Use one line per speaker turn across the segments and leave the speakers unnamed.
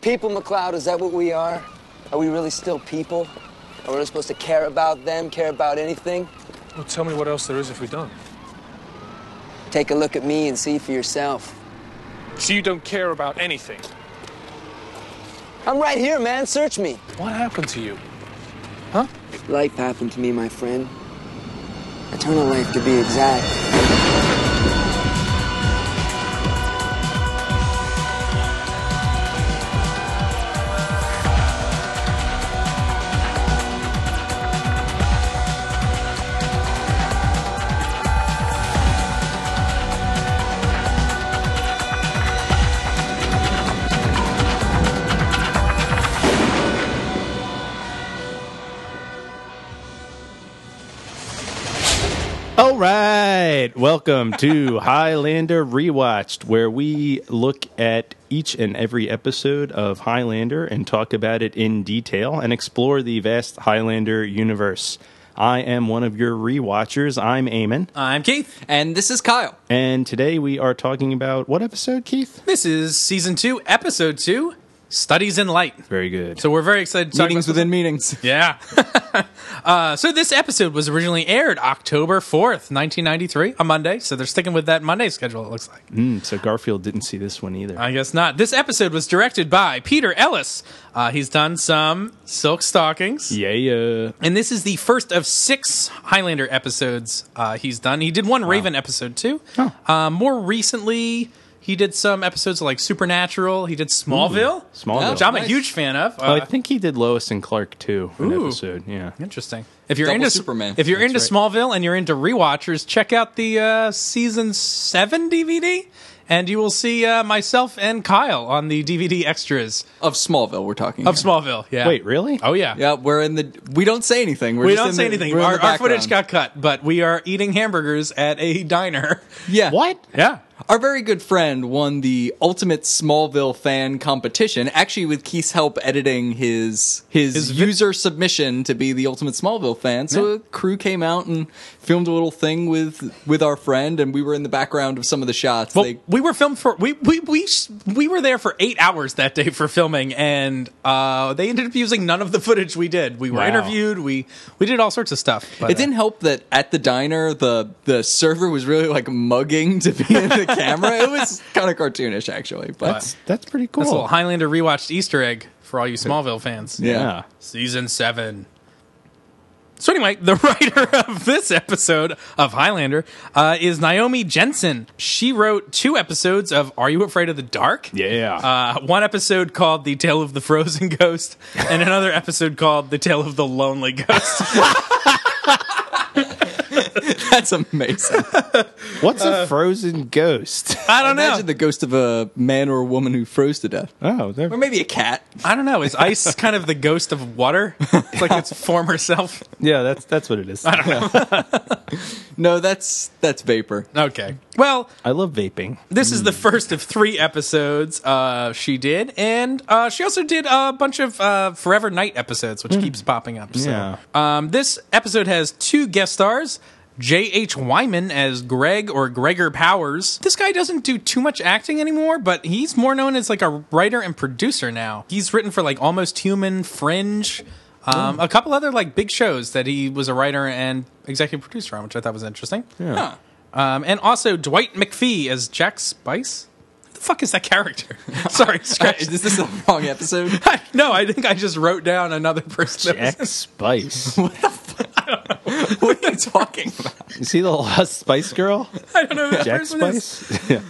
People, McLeod, is that what we are? Are we really still people? Are we really supposed to care about them, care about anything?
Well, tell me what else there is if we don't.
Take a look at me and see for yourself.
So you don't care about anything.
I'm right here, man. Search me.
What happened to you?
Life happened to me, my friend. Eternal life, to be exact.
All right. Welcome to Highlander Rewatched, where we look at each and every episode of Highlander and talk about it in detail and explore the vast Highlander universe. I am one of your rewatchers. I'm Eamon.
I'm Keith.
And this is Kyle.
And today we are talking about what episode, Keith?
This is season two, episode two, Studies in Light.
Very good.
So we're very excited to talk
Meetings
about this-
within meetings.
Yeah. uh, so this episode was originally aired October 4th, 1993, a Monday. So they're sticking with that Monday schedule, it looks like.
Mm, so Garfield didn't see this one either.
I guess not. This episode was directed by Peter Ellis. Uh, he's done some Silk Stockings.
yeah, yeah.
And this is the first of six Highlander episodes uh, he's done. He did one Raven episode too.
Oh.
Um, more recently, he did some episodes like Supernatural. He did Smallville,
Smallville.
which I'm a
Nice.
huge fan of.
Oh,
Uh,
I think he did Lois and Clark too. for An
Ooh.
episode, yeah.
interesting. If you're
Double
into
Superman.
if you're
That's
into Smallville and you're into rewatchers, check out the uh, season seven DVD, and you will see uh, myself and Kyle on the DVD extras
Of Smallville, we're talking.
of
here.
Smallville. Yeah.
Wait, really?
Oh yeah.
Yeah, we're in the. We don't say anything. We're
We
just
don't
in
say
the-
anything.
we're in
Our,
the
our footage
background.
got cut, but we are eating hamburgers at a diner.
Yeah.
What?
Yeah.
Our very good friend won the ultimate Smallville fan competition, actually with Keith's help editing his his, user submission to be the ultimate Smallville fan. So a crew came out and filmed a little thing with with our friend, and we were in the background of some of the shots.
Well,
They-
we were filmed for we we we s- we were there for eight hours that day for filming, and uh, they ended up using none of the footage we did. We were
Wow.
interviewed. We we did all sorts of stuff. But, uh,
it didn't help that at the diner the the server was really like mugging to be in the camera. It was kind of cartoonish actually, but
That's that's pretty cool.
That's a little Highlander rewatched Easter egg for all you Smallville fans.
yeah.
yeah.
Season seven. So anyway, the writer of this episode of Highlander uh, is Naomi Jensen. She wrote two episodes of Are You Afraid of the Dark?
Yeah.
Uh, one episode called The Tale of the Frozen Ghost, and another episode called The Tale of the Lonely Ghost.
That's amazing.
What's a frozen ghost?
I don't know.
Imagine the ghost of a man or a woman who froze to death,
oh, they're,
or maybe a cat.
I don't know. Is ice kind of the ghost of water? It's like its former self.
yeah, that's that's what it is. I,
No, that's that's vapor.
Okay. Well,
love vaping.
this is the first of three episodes uh, she did, and uh, she also did a bunch of uh, Forever Night episodes, which keeps popping up. So.
Yeah.
Um, this episode has two guest stars. J.H. Wyman as Greg or Gregor Powers. This guy doesn't do too much acting anymore, but he's more known as like a writer and producer now. He's written for like Almost Human, Fringe, um, a couple other like big shows that he was a writer and executive producer on, which I thought was interesting.
Huh.
Um, and also Dwight McPhee as Jack Spice. Who the fuck is that character? Sorry, scratch.
Is this the wrong episode?
no, I think I just wrote down another person. that was-
Jack Spice.
what are you talking about?
you see the Lost Spice Girl?
I don't know who that
Jack
person is.
Spice? Yeah.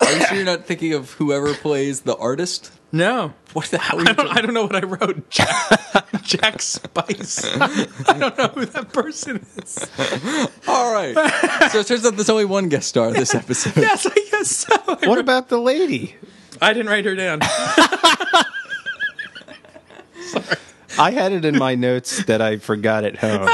Are you sure you're not thinking of whoever plays the artist?
No.
What the hell?
I
Are you
don't,
doing?
I don't know what I wrote. Jack, Jack Spice. I don't know who that person is.
All right. So it turns out there's only one guest star this episode.
Yes, I guess so. I,
What about the lady?
I didn't write her down.
I had it in my notes that I forgot at home.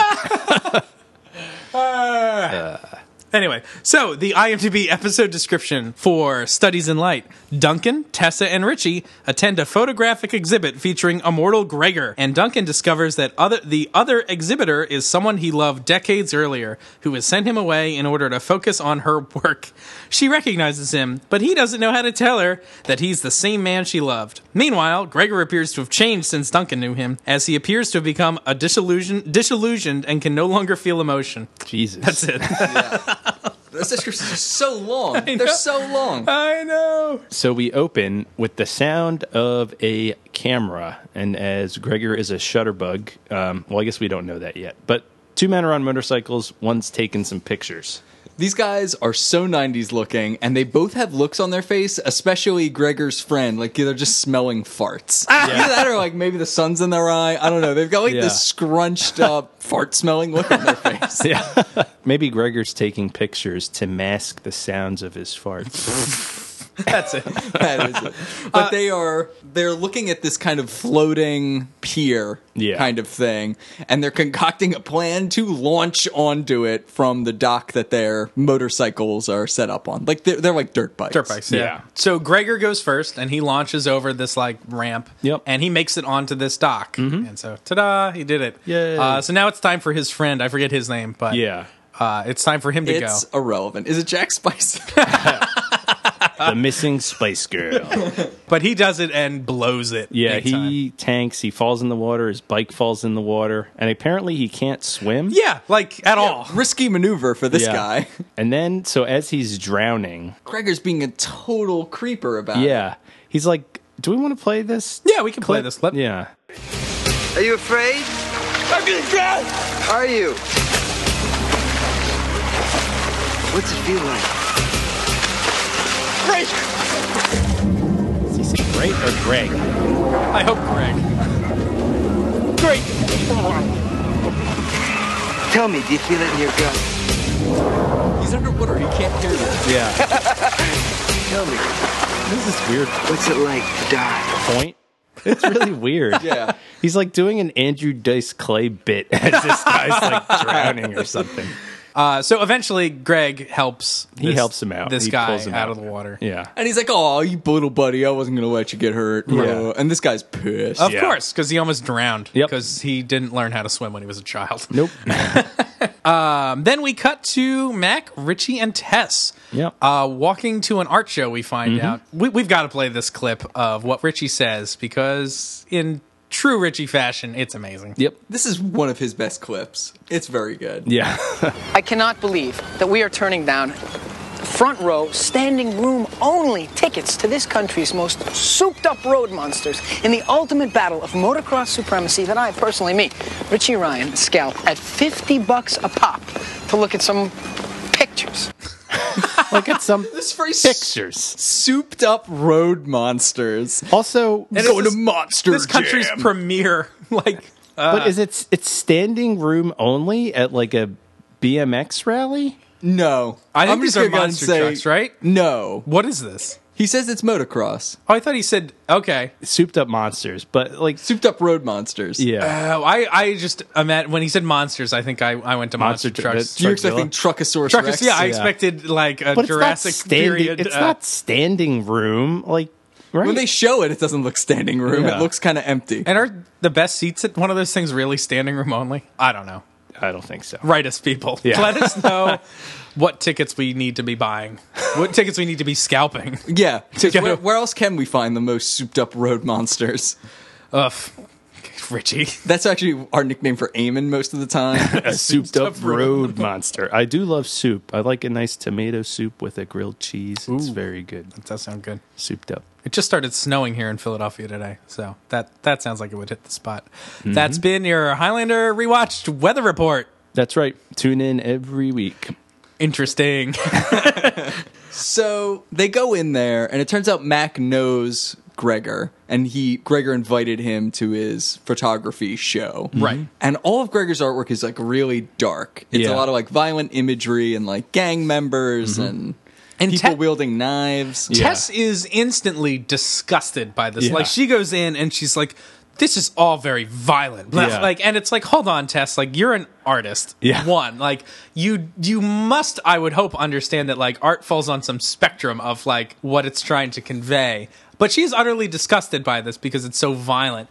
Anyway, so the IMDb episode description for Studies in Light Duncan, Tessa, and Richie attend a photographic exhibit featuring immortal Gregor, and Duncan discovers that other, the other exhibitor is someone he loved decades earlier, who has sent him away in order to focus on her work. She recognizes him, but he doesn't know how to tell her that he's the same man she loved. Meanwhile, Gregor appears to have changed since Duncan knew him, as he appears to have become a disillusion, disillusioned and can no longer feel emotion.
Jesus.
That's it.
Those descriptions are so long.
know.
They're so long.
I know.
So we open with the sound of a camera, and as Gregor is a shutterbug, um, well, I guess we don't know that yet. But two men are on motorcycles. One's taking some pictures.
These guys are so 90s looking, and they both have looks on their face, especially Gregor's friend. Like, they're just smelling farts.
Ah!
Either that or, like, maybe the sun's in their eye. I don't know. They've got, like,
Yeah.
this scrunched up, fart smelling look on their face.
Yeah. Maybe Gregor's taking pictures to mask the sounds of his farts.
That's it.
That is it.
Uh,
But they are they're looking at this kind of floating pier
Yeah.
kind of thing, and they're concocting a plan to launch onto it from the dock that their motorcycles are set up on. Like they're, they're like dirt bikes.
Dirt bikes. Yeah.
Yeah.
So Gregor goes first, and he launches over this like ramp.
Yep. Mm-hmm.
And he makes it onto this dock. And so, ta-da! He did it.
Yay.
Uh, so now it's time for his friend. I forget his name, but
Yeah.
uh, it's time for him to
It's
go.
irrelevant. Is it Jack Spicer?
The missing Spice Girl.
But he does it and blows it.
Yeah,
big time.
he tanks. He falls in the water. His bike falls in the water, and apparently he can't swim.
Yeah, like at all.
Risky maneuver for this
Yeah.
guy.
And then, so as he's drowning,
Gregor's being a total creeper about it.
yeah, he's like, "Do we want to play this?"
Uh. Yeah, we can play this clip.
Yeah.
Are you afraid? I'm gonna drown! Are you? What's it feel like?
Does he say Greg or Greg?
I hope Greg.
Tell me, do you feel it in your gut?
He's underwater. He can't hear this.
Yeah.
Tell me,
this is weird
what's it like to die?
point. It's really weird.
Yeah.
He's like doing an Andrew Dice Clay bit as this guy's like drowning or something.
Uh, so eventually, Greg helps.
He
this-
helps him out.
This
He
guy
pulls him
out
out.
of the water.
Yeah.
And he's like, "Oh, you little buddy, I wasn't gonna let you get hurt."
Yeah.
And this guy's pissed.
Of
Yeah.
course, because he almost drowned.
Yep.
Because he didn't learn how to swim when he was a child.
Nope.
Then we cut to Mac, Richie, and Tess.
Yep. Mm-hmm.
Uh, walking to an art show, we find out. We, we've got to play this clip of what Richie says because, in true Richie fashion, it's amazing.
yep.
This is one of his best clips. It's very good.
Yeah.
I cannot believe that we are turning down front row, standing room only tickets to this country's most souped up road monsters in the ultimate battle of motocross supremacy that I personally meet. Richie Ryan scalped at 50 bucks a pop to look at some pictures.
Look at some
This very
pictures.
souped up road monsters.
Also,
And
Going
this-
to Monster
This country's
Jam.
premier, like, uh,
but is it it's standing room only at like a BMX rally?
No,
I think
I'm
these
just
are
gonna go out and
monster
say,
trucks, right?
No,
what is this?
he says it's motocross,
Oh, I thought he said, okay.
Souped up monsters, but like
souped up road monsters.
yeah.
Oh, I, I just, I'm at, when he said monsters, I think I, I went to monster,
Monster tr-
trucks.
that's-
you're
Truckzilla.
expecting Truckosaurus
Truckers,
Rex.
yeah, I
yeah.
expected like a
but it's
Jurassic
not standing
period.
it's
uh,
not standing room like right?
When they show it, it doesn't look standing room.
Yeah.
It looks kind of empty.
and are the best seats at one of those things really standing room only? I don't know.
I don't think so.
write us people
Yeah.
let us know what tickets we need to be buying what tickets we need to be scalping
yeah, 'cause
Yeah.
where, where else can we find the most souped up road monsters?
ugh richie
That's actually our nickname for Eamon most of the time.
a souped up road monster. I do love soup. I like a nice tomato soup with a grilled cheese. It's very good.
that does sound good
Souped up.
it just started snowing here in philadelphia today so that that sounds like it would hit the spot that's been your highlander rewatched weather report
That's right. Tune in every week.
interesting
So they go in there, and it turns out Mac knows Gregor, and he Gregor invited him to his photography show.
Mm-hmm. Right.
And all of Gregor's artwork is like really dark. It's
Yeah.
a lot of like violent imagery and like gang members and,
Mm-hmm. And
people
te-
wielding knives.
tess is instantly disgusted by this
Yeah.
like she goes in and she's like this is all very violent. Like-
Yeah.
Like, and it's like, hold on, Tess. Like, you're an artist.
Yeah.
One, like, you you must, I would hope, understand that like art falls on some spectrum of like what it's trying to convey. But she's utterly disgusted by this because it's so violent.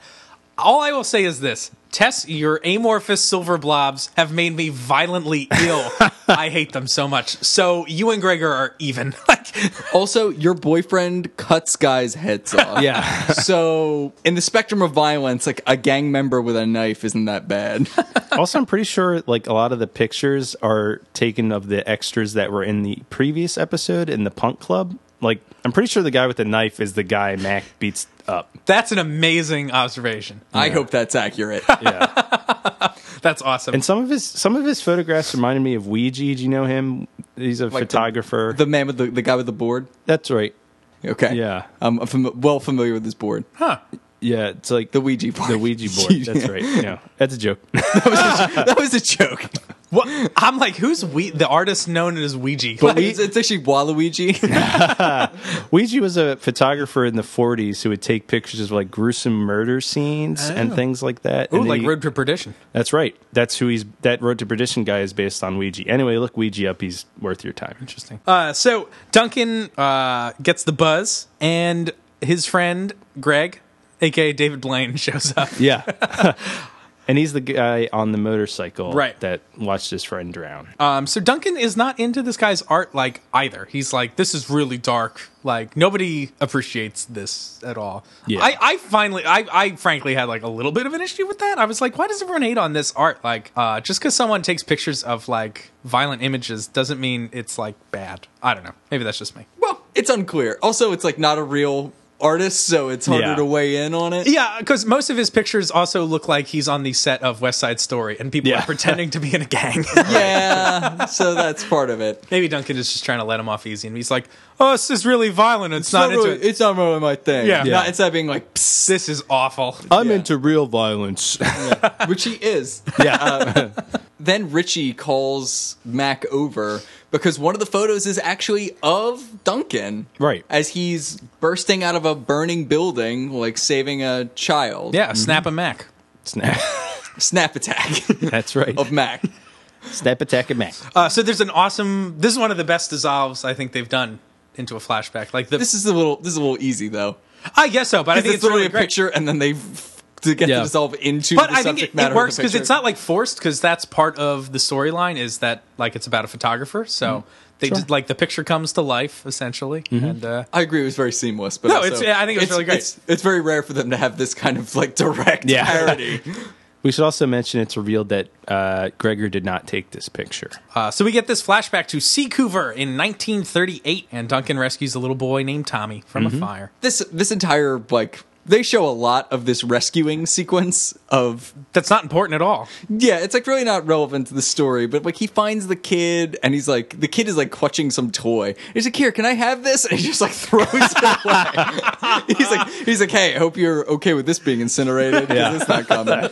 All I will say is this. Tess, your amorphous silver blobs have made me violently ill. I hate them so much. So you and Gregor are even. Like
Also, your boyfriend cuts guys' heads off.
Yeah.
So, in the spectrum of violence, like a gang member with a knife isn't that bad.
also, I'm pretty sure like a lot of the pictures are taken of the extras that were in the previous episode in the punk club. Like, I'm pretty sure the guy with the knife is the guy Mac beats up.
That's an amazing observation.
I hope that's accurate.
Yeah.
That's awesome.
and some of his some of his photographs reminded me of Ouija. Do you know him? He's a
Like the-
photographer.
The man with the, the guy with the board.
That's right.
Okay.
Yeah.
Um, I'm fam- well familiar with this board.
Yeah, it's like
The Ouija board.
The Ouija board. That's right. Yeah, that's a joke.
that was a joke.
What? I'm like, who's we? The artist known as Ouija.
But it's, it's actually Waluigi.
Ouija was a photographer in the 40s who would take pictures of like gruesome murder scenes and
Oh.
things like that.
Ooh,
and
like
he-
Road to Perdition.
That's right. That's who he's. That Road to Perdition guy is based on Ouija. Anyway, look Ouija up. He's worth your time. Interesting.
Uh, so Duncan uh, gets the buzz, and his friend Greg, aka David Blaine, shows up.
Yeah. and he's the guy on the motorcycle
Right.
that watched his friend drown.
Um, so Duncan is not into this guy's art like either. He's like, this is really dark. Like nobody appreciates this at all.
Yeah.
I, I finally, I, I frankly had like a little bit of an issue with that. I was like, why does everyone hate on this art? Like, uh, just because someone takes pictures of like violent images doesn't mean it's like bad. I don't know. Maybe that's just me.
well, it's unclear. Also, it's like not a real artist, so it's harder
Yeah.
to weigh in on it.
Yeah, because most of his pictures also look like he's on the set of West Side Story, and people
Yeah.
are pretending to be in a gang.
Yeah. so that's part of it.
Maybe Duncan is just trying to let him off easy, and he's like, "Oh, this is really violent. It's, not, into
really,
it.
It's not really my thing.
Yeah. Yeah.
Not, it's not being like, Psst,
This is awful."
I'm
yeah.
into real violence.
which he is.
yeah.
then Richie calls Mac over because one of the photos is actually of Duncan.
Right.
As he's bursting out of a burning building, like saving a child.
Yeah,
mm-hmm.
snap a Mac.
Snap.
Snap attack
That's right.
Oh.
of Mac.
Snap attack at Mac.
Uh, so there's an awesome. This is one of the best dissolves I think they've done into a flashback. Like the,
This is a little this is a little easy though.
I guess so, but I
It's,
think it's
literally
really
a
great.
picture and then they f- to get
Yeah.
to dissolve into
But
the
I think
subject
it,
matter
it
of
works
the
because it's
picture.
not like forced because that's part of the storyline is that like it's about a photographer. So
Mm-hmm.
they just like the picture comes to life essentially, and uh,
I agree. It was very seamless, but
No,
also-
it's- yeah, I think it was really great.
It's, it's very rare for them to have this kind of like direct
Yeah.
parody.
We should also mention it's revealed that uh, Gregor did not take this picture.
Uh, so we get this flashback to Seacouver in 1938, and Duncan rescues a little boy named Tommy from
Mm-hmm.
a fire.
this this entire like they show a lot of this rescuing sequence of
That's not important at all.
yeah it's like really not relevant to the story but like he finds the kid and he's like the kid is like clutching some toy he's like here can i have this and he just like throws it away he's like he's like hey i hope you're okay with this being incinerated 'cause
Yeah.
it's not coming and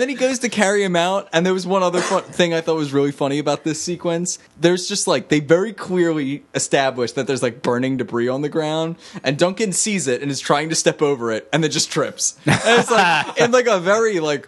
then he goes to carry him out and there was one other fun- thing i thought was really funny about this sequence there's just like they very clearly establish that there's like burning debris on the ground and duncan sees it and is trying to step over it and then just trips and it's like in like a very like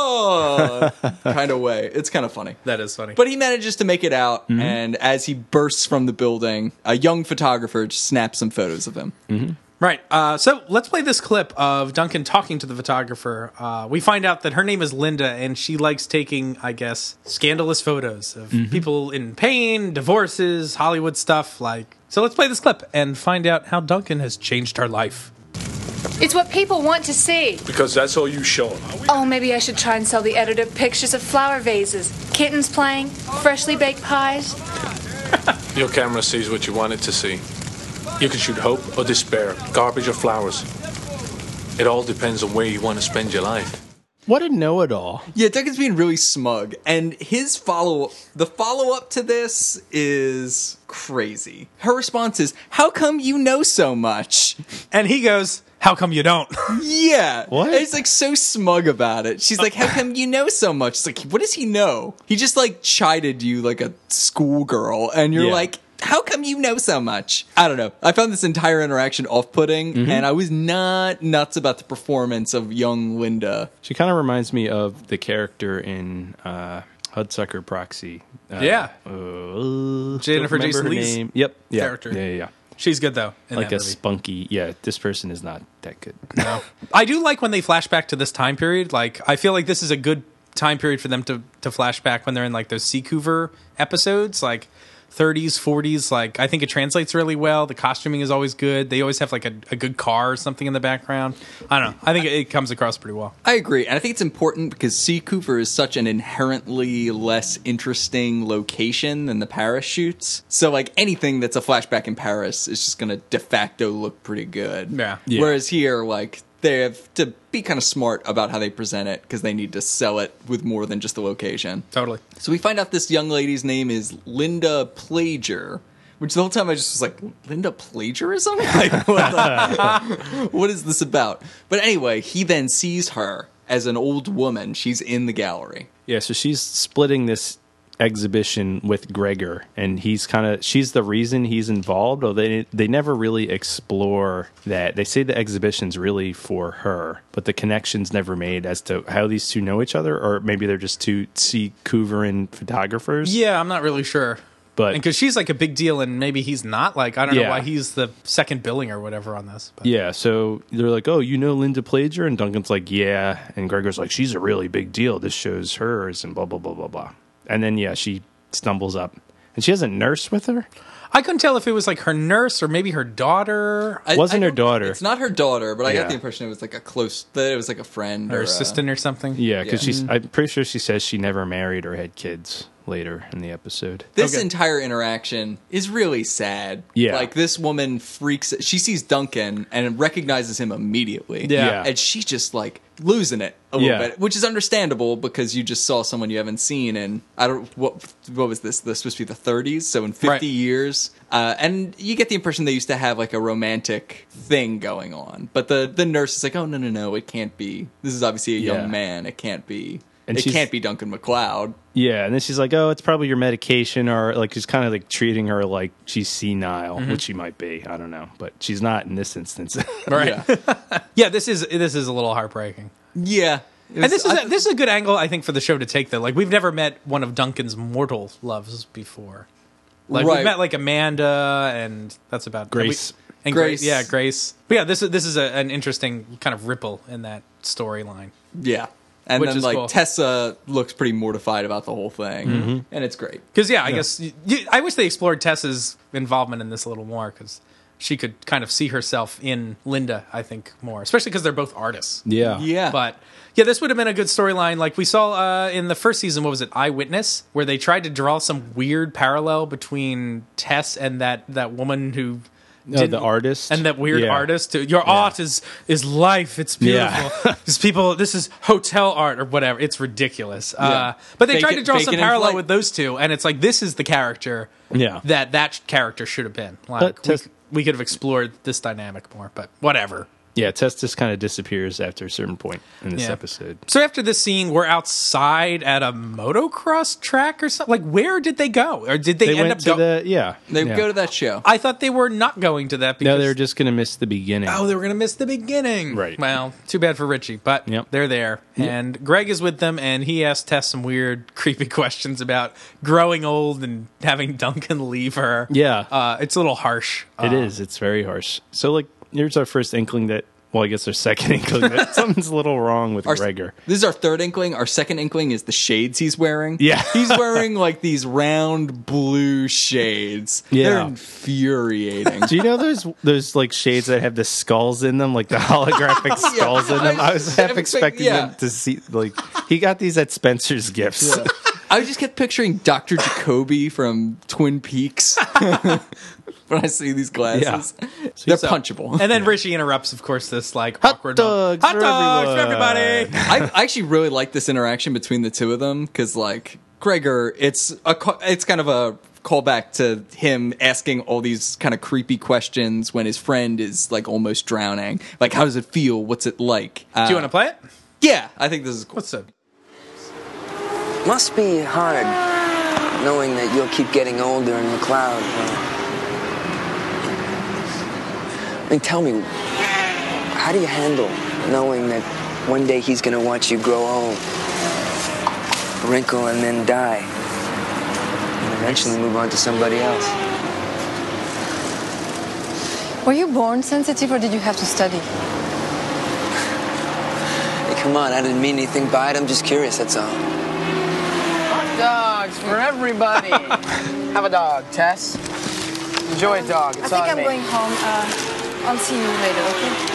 oh kind of way it's kind of funny
That is Mm-hmm. funny.
but he manages to make it out, and as he bursts from the building, a young photographer just snaps some photos of him.
Right. Uh, so let's play this clip of Duncan talking to the photographer. Uh, we find out that her name is Linda, and she likes taking, I guess, scandalous photos of
Mm-hmm.
people in pain, divorces, Hollywood stuff. Like, so let's play this clip and find out how Duncan has changed her life.
It's what people want to see.
Because that's all you show them.
Oh, maybe I should try and sell the editor pictures of flower vases, kittens playing, freshly baked pies.
Your camera sees what you want it to see. You can shoot hope or despair, garbage or flowers. It all depends on where you want to spend your life.
What a know-it-all!
Yeah, Duncan's being really smug, and his follow the follow up to this is crazy. Her response is, "How come you know so much?"
And he goes, How come you don't?
Yeah,
What?
It's like so smug about it. She's like, "How come you know so much?" It's like, what does he know? He just like chided you like a schoolgirl, and you're
Yeah.
like. how come you know so much? I don't know. I found this entire interaction off putting,
Mm-hmm.
and I was not nuts about the performance of young Linda.
She kind of reminds me of the character in uh, Hudsucker Proxy. Uh,
Yeah.
uh, don't
Jennifer
remember
Jason
her
Leigh's
name. Yep. Yeah.
character.
Yeah, yeah,
She's good though.
yeah.
in
Like a
that movie.
spunky. Yeah, this person is not that good.
No. I do like when they flash back to this time period. Like I feel like this is a good time period for them to to flash back when they're in like those Seacouver episodes, like 30s, 40s. Like I think it translates really well. The costuming is always good. They always have like a, a good car or something in the background. I don't know. I think it, it comes across pretty well.
I agree, and I think it's important because Sea Cooper is such an inherently less interesting location than the parachutes. So, like anything that's a flashback in Paris is just going to de facto look pretty good.
Yeah. Yeah.
Whereas here, like they have to be kind of smart about how they present it because they need to sell it with more than just the location.
Totally.
So we find out this young lady's name is Linda Plagiar, which the whole time I just was like, Linda Plagiarism? Like, what, the- what is this about? But anyway, he then sees her as an old woman. She's in the gallery.
Yeah, so she's splitting this exhibition with Gregor, and he's kind of she's the reason he's involved. Although they they never really explore that. They say the exhibition's really for her, but the connection's never made as to how these two know each other, or maybe they're just two sea Couverin photographers.
Yeah, I'm not really sure.
But-
because she's like a big deal, and maybe he's not. Like I don't know
Yeah.
why he's the second billing or whatever on this. But.
Yeah, so they're like, "Oh, you know Linda Plager," and Duncan's like, "Yeah," and Gregor's like, "She's a really big deal. This shows hers," and blah blah blah blah blah. And then yeah, she stumbles up, and she has a nurse with her.
I couldn't tell if it was like her nurse or maybe her daughter
I-
Wasn't
I
her
don't think-
daughter.
It's not her daughter, but I
Yeah.
got the impression it was like a close, that it was like a friend
or
or,
her
a-
assistant or something.
Yeah, because
Yeah.
she's. I'm pretty sure she says she never married or had kids later in the episode.
This
Okay.
entire interaction is really sad.
Yeah.
Like this woman freaks she sees Duncan and recognizes him immediately.
Yeah.
Yeah.
And she's just like losing it a little
Yeah.
bit. Which is understandable because you just saw someone you haven't seen in I don't what what was this? This was supposed to be the thirties, so in fifty
Right.
years. Uh, and you get the impression they used to have like a romantic thing going on. But the the nurse is like, Oh no no no, it can't be this is obviously a
Yeah.
young man. It can't be
And
it
she's-
can't be Duncan McLeod.
Yeah, and then she's like, "Oh, it's probably your medication," or like she's kind of like treating her like she's senile, which she might be. I don't know, but she's not in this instance.
Right.
Yeah.
Yeah, this is this is a little heartbreaking.
Yeah. It
And
was-
this is
I-
a, this is a good angle I think for the show to take though. Like we've never met one of Duncan's mortal loves before. Like
Right.
we've met like Amanda and that's about
Grace.
and Gra-
Grace.
yeah, Grace. But yeah, this is this is a, an interesting kind of ripple in that storyline.
Yeah. And
Which
then
is
like
cool.
Tessa looks pretty mortified about the whole thing.
Mm-hmm.
And it's great.
Because yeah, I guess y y I I wish they explored Tessa's involvement in this a little more because she could kind of see herself in Linda. I think more, especially because they're both artists.
yeah,
Yeah.
But yeah, this would have been a good storyline. Like we saw uh, in the first season, what was it, Eyewitness, where they tried to draw some weird parallel between Tess and that that woman who. didn't-
Oh, the artist.
and that weird
Yeah.
artist. Your art is is life. It's
Yeah.
beautiful. These people. This is hotel art or whatever. It's ridiculous. Uh, but they
Fake
tried
it-
to draw
fake
some
it in
parallel
flight.
with those two, and it's like this is the character.
Yeah.
that that character should have been. Like
But
we,
Tess-
we could have explored this dynamic more, but whatever.
yeah. Tess just kind of disappears after a certain point in this
Yeah.
episode.
So after this scene, we're outside at a motocross track or something. Like, where did they go? Or did they,
They
end up
went to
going?
the yeah.
They
yeah.
go to that show.
I thought they were not going to that. Because,
No, they're just gonna miss the beginning.
Oh, they were going to miss the beginning.
Right.
Well, too bad for Richie, but
Yep.
they're there. And Greg is with them, and he asked Tess some weird, creepy questions about growing old and having Duncan leave her.
Yeah.
Uh, it's a little harsh.
It is. It's very harsh. So like, here's our first inkling that. Well, I guess our second inkling that something's a little wrong with
Our-
Gregor.
This is our third inkling. Our second inkling is the shades he's wearing.
Yeah.
he's wearing like these round blue shades. They're
Yeah.
infuriating.
Do you know those those like shades that have the skulls in them, like the holographic skulls in them? I was
I
half expecting
was expect- yeah.
them to see like he got these at Spencer's Gifts.
I just kept picturing Dr. Jacoby from Twin Peaks when I see these glasses. They're
So-
punchable.
And then Richie interrupts, of course, this like
Hot
awkward
dogs
hot
for
dogs for
everyone."
everybody.
I I actually really like this interaction between the two of them because, like, Gregor, it's a ca- it's kind of a callback to him asking all these kind of creepy questions when his friend is like almost drowning. Like, how does it feel? What's it like? Uh,
Do you want to play it?
Yeah, I think this is cool.
What's up?
Must be hard knowing that you'll keep getting older and McLeod will I mean, tell me, how do you handle knowing that one day he's gonna watch you grow old, wrinkle, and then die, and eventually move on to somebody else?
Were you born sensitive or did you have to study?
Hey, come on, I didn't mean anything by it. I'm just curious. That's all.
Hot dogs for everybody. Have a dog, Tess. Enjoy a dog.
I
It's
think
on
I'm
me.
going home. Uh, I'll see you later, okay?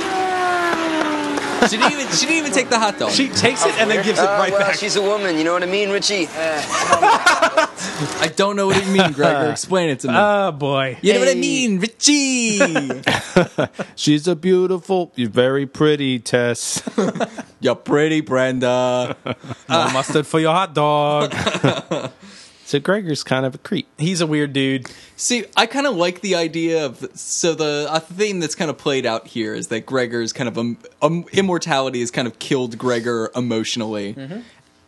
She didn't even she didn't even take the hot dog.
She takes it and then gives it
Ah,
right
well,
back.
she's a woman. You know what I mean, Richie?
I don't know what it means, Gregor. Explain it to me.
Oh boy.
you know what I mean, Richie.
She's a beautiful, you're very pretty, Tess.
You're pretty, Brenda.
More mustard for your hot dog.
so Gregor's kind of a creep.
He's a weird dude.
See, I kind of like the idea of so the a theme that's kind of played out here is that Gregor's kind of um, um, immortality has kind of killed Gregor emotionally,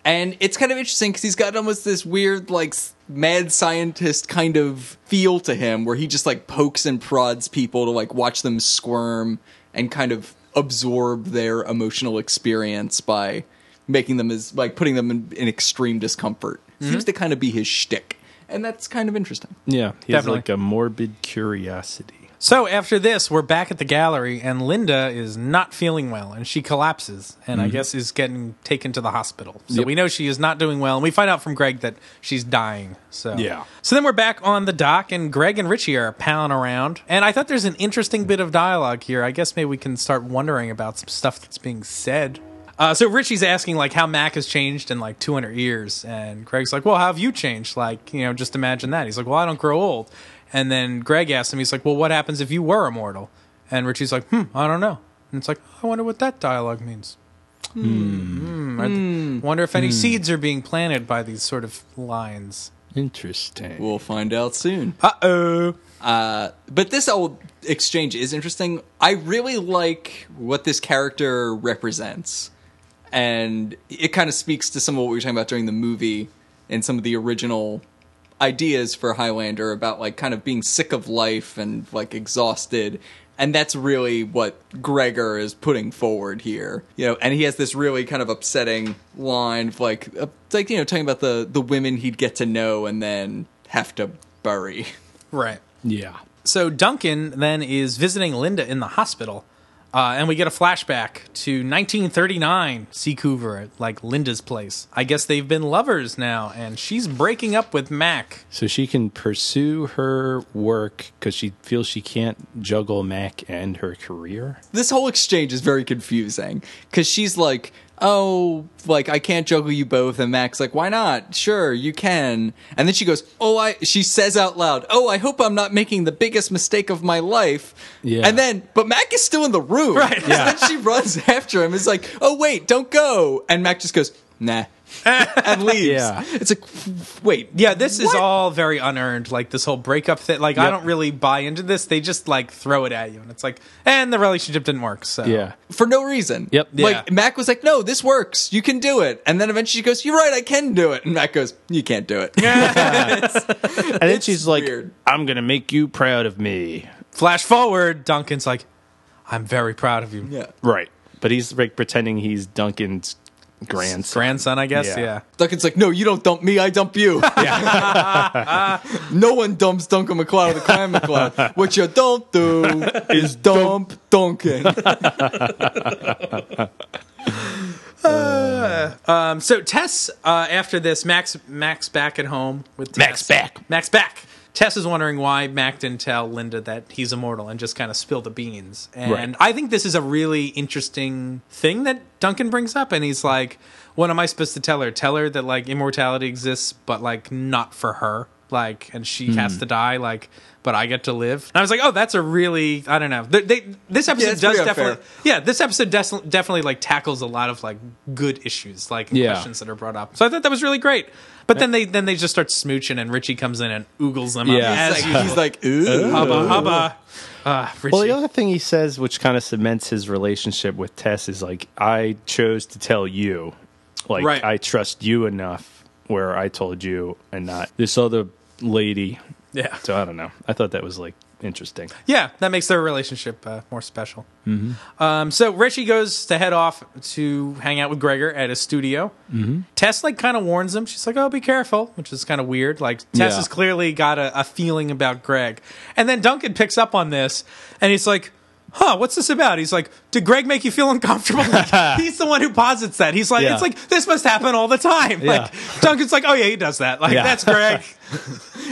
and it's kind of interesting because he's got almost this weird like s- mad scientist kind of feel to him, where he just like pokes and prods people to like watch them squirm and kind of absorb their emotional experience by making them as like putting them in, in extreme discomfort. Seems to kind of be his shtick, and that's kind of interesting.
Yeah, he
Definitely.
has like a morbid curiosity.
So after this, we're back at the gallery, and Linda is not feeling well, and she collapses, and I guess is getting taken to the hospital. So we know she is not doing well, and we find out from Greg that she's dying. So
Yeah.
So then we're back on the dock, and Greg and Richie are palling around, and I thought there's an interesting bit of dialogue here. I guess maybe we can start wondering about some stuff that's being said. Uh, so Richie's asking like how Mac has changed in like 200 years, and Greg's like, "Well, how have you changed? Like, you know, just imagine that." He's like, "Well, I don't grow old." And then Greg asks him, he's like, Well, what happens if you were immortal? And Richie's like, Hmm, I don't know. And it's like, oh, I wonder what that dialogue means. Hmm. I th- wonder if any seeds are being planted by these sort of lines.
Interesting.
We'll find out soon. Uh,
Uh oh.
But this old exchange is interesting. I really like what this character represents. And it kind of speaks to some of what we were talking about during the movie and some of the original ideas for Highlander about like kind of being sick of life and like exhausted. And that's really what Gregor is putting forward here. You know, and he has this really kind of upsetting line of like uh, like you know talking about the the women he'd get to know and then have to bury.
Right.
yeah.
So Duncan then is visiting Linda in the hospital. Uh, and we get a flashback to 1939, Seacouver at like Linda's place. I guess they've been lovers now, and she's breaking up with Mac.
So she can pursue her work because she feels she can't juggle Mac and her career.
this whole exchange is very confusing because she's like, "Oh, like I can't juggle you both," and Mac's like, "Why not? Sure, you can." And then she goes, "Oh, I." She says out loud, "Oh, I hope I'm not making the biggest mistake of my life."
Yeah.
And then, but Mac is still in the room. Right.
Yeah.
then she runs after him. Is like, "Oh, wait, don't go." And Mac just goes, "Nah," and leaves.
Yeah.
It's like, wait,
Yeah, this is
What?
all very unearned. Like this whole breakup thing. Like I
Yep.
don't really buy into this. They just like throw it at you, and it's like, and the relationship didn't work. So
Yeah.
for no reason.
Yep.
Like
Yeah.
Mac was like, "No, this works. You can do it." And then eventually she goes, "You're right. I can do it." And Mac goes, "You can't do it."
And then she's like,
weird.
I'm going to make you proud of me.
flash forward, Duncan's like, I'm very proud of you,
yeah.
Right. But he's like pretending he's Duncan's grandson.
grandson. I guess.
Yeah.
Yeah.
Duncan's like, "No, you don't dump me. I dump you." no one dumps Duncan McLeod of the Clan McLeod. What you don't do is dump Duncan.
Um. So Tess, uh, after this, Max, Max back at home with
Max
Tess.
back.
Max back. Tess is wondering why Mac didn't tell Linda that he's immortal and just kind of spill the beans. And
Right.
I think this is a really interesting thing that Duncan brings up. And he's like, what am I supposed to tell her? Tell her that like immortality exists, but like not for her. Like, and she
Hmm.
has to die. Like, but I get to live. And I was like, oh, that's a really, I don't know. They, they, this episode
it's
does
pretty unfair.
definitely, yeah, this episode des- definitely like tackles a lot of like good issues, like and
Yeah.
questions that are brought up. So I thought that was really great. But then they then they just start smooching, and Richie comes in and oogles them
Yeah.
up. As
He's
usual. Uh-huh.
like, he's like, "Ooh."
hubba hubba. Ah, Richie.
Well, the other thing he says, which kind of cements his relationship with Tess, is like, I chose to tell you. Like,
Right.
I trust you enough where I told you and not this other lady.
Yeah.
So I don't know. I thought that was like interesting.
Yeah, that makes their relationship uh, more special.
Mm-hmm.
Um, so Richie goes to head off to hang out with Gregor at his studio. Mm-hmm. Tess like kind of warns him. She's like, "Oh, be careful," which is kind of weird. Like Tess
Yeah.
has clearly got a, a feeling about Greg, and then Duncan picks up on this, and he's like. Huh, what's this about? He's like, Did Greg make you feel uncomfortable? Like, he's the one who posits that. He's like,
Yeah.
It's like, this must happen all the time. Like, Duncan's like, Oh, yeah, he does that. Like,
Yeah.
that's Greg.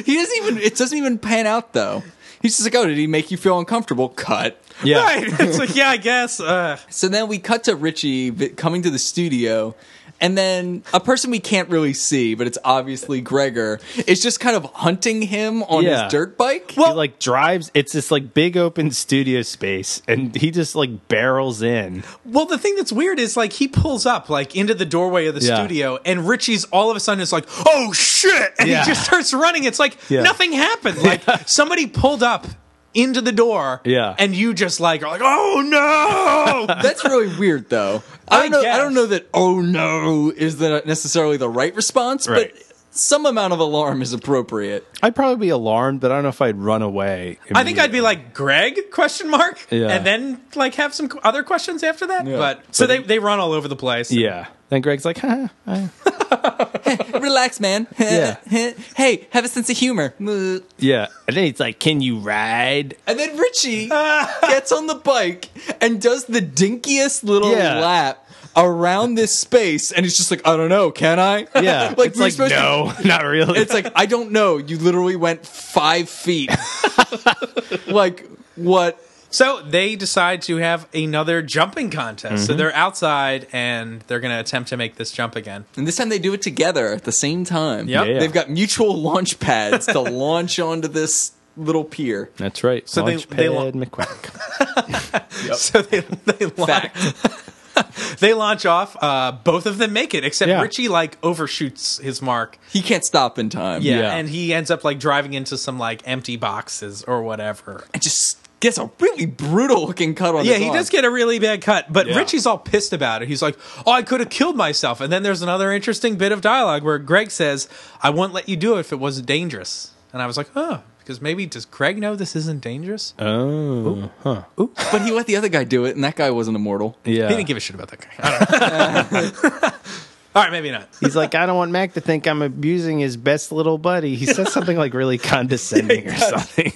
He doesn't even. It doesn't even pan out though. He's just like, oh, did he make you feel uncomfortable? Cut.
Yeah.
Right. It's like, Yeah, I guess. Uh,
So then we cut to Richie vi- coming to the studio, and then a person we can't really see, but it's obviously Gregor, is just kind of hunting him on
Yeah.
his dirt bike.
he like drives. It's this like big open studio space, and he just like barrels in.
Well, the thing that's weird is like he pulls up like into the doorway of the
Yeah.
studio, and Richie's all of a sudden is like, "Oh shit!" and
Yeah.
he just starts running. It's like
Yeah.
nothing happened. Like somebody pulled up into the door,
Yeah.
and you just like are like, "Oh no!"
That's really weird, though. I
I
don't know. I don't
guess.
know that. Oh no, is the, necessarily the right response,
Right.
but some amount of alarm is appropriate.
I'd probably be alarmed, but I don't know if I'd run away.
I think I'd be like, "Greg?" question mark,
Yeah.
and then like have some other questions after that. But so they they run all over the place.
yeah. Then Greg's like, huh? I-
Relax, man.
Yeah.
hey, have a sense of humor. And
yeah. And then he's like, can you ride?
then Richie gets on the bike and does the dinkiest little
Yeah.
lap around this space, and it's just like, I don't know, can I?
Yeah.
like
it's
we were
like,
supposed to-
no, not really.
It's like I don't know. You literally went five feet. like what?
So they decide to have another jumping contest.
Mm-hmm.
So they're outside and they're going to attempt to make this jump again.
And this time they do it together at the same time.
Yep. Yeah.
They've got mutual launch pads to launch onto this little pier.
That's right. So
they-
Launch
they
pad
la-
McQuack.
So they they launch,
Fact.
they launch off. Uh, both of them make it, except
Yeah.
Richie like overshoots his mark.
He can't stop in time.
Yeah.
and he ends up like driving into some like empty boxes or whatever.
And just gets a really brutal looking cut on
Yeah,
his
he
arm.
does get a really bad cut, but Richie's all pissed about it. He's like, "Oh, I could have killed myself." And then there's another interesting bit of dialogue where Greg says, "I wouldn't let you do it if it wasn't dangerous." And I was like, "Oh." Because maybe does Greg know this isn't dangerous?
oh.
But he let the other guy do it, and that guy wasn't immortal.
Yeah.
He didn't give a shit about that guy. I don't know. All right, maybe not.
He's like, I don't want Mac to think I'm abusing his best little buddy. He says something like really condescending or something.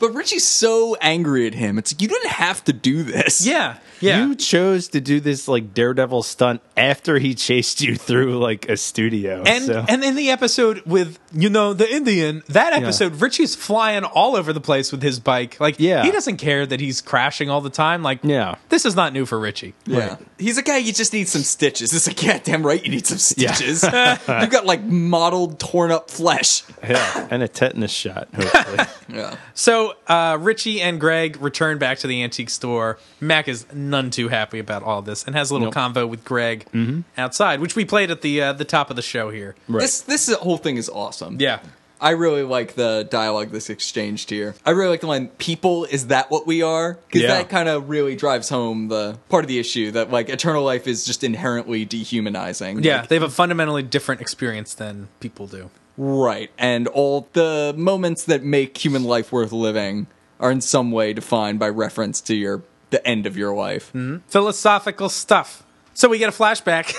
But Richie's so angry at him. It's like you didn't have to do this.
Yeah, yeah.
You chose to do this like daredevil stunt after he chased you through like a studio.
And
so.
and in the episode with you know the Indian, that episode Richie's flying all over the place with his bike. Like
Yeah.
he doesn't care that he's crashing all the time. Like
Yeah.
this is not new for Richie.
Yeah. He's a guy you just need some stitches. It's like, yeah, damn right you need some stitches. You've got like mottled, torn up flesh.
Yeah, and a tetanus shot, hopefully.
Yeah.
So uh, Richie and Greg return back to the antique store. Mac is none too happy about all this and has a little convo with Greg
Mm-hmm.
outside, which we played at the uh, the top of the show here.
This this whole thing is awesome.
Yeah.
I really like the dialogue that's exchanged here. I really like the line people is that what we are? Cuz
Yeah.
that kind of really drives home the part of the issue that like eternal life is just inherently dehumanizing.
Yeah,
Like,
they have a fundamentally different experience than people do.
right. And all the moments that make human life worth living are in some way defined by reference to your the end of your life.
philosophical stuff. So we get a flashback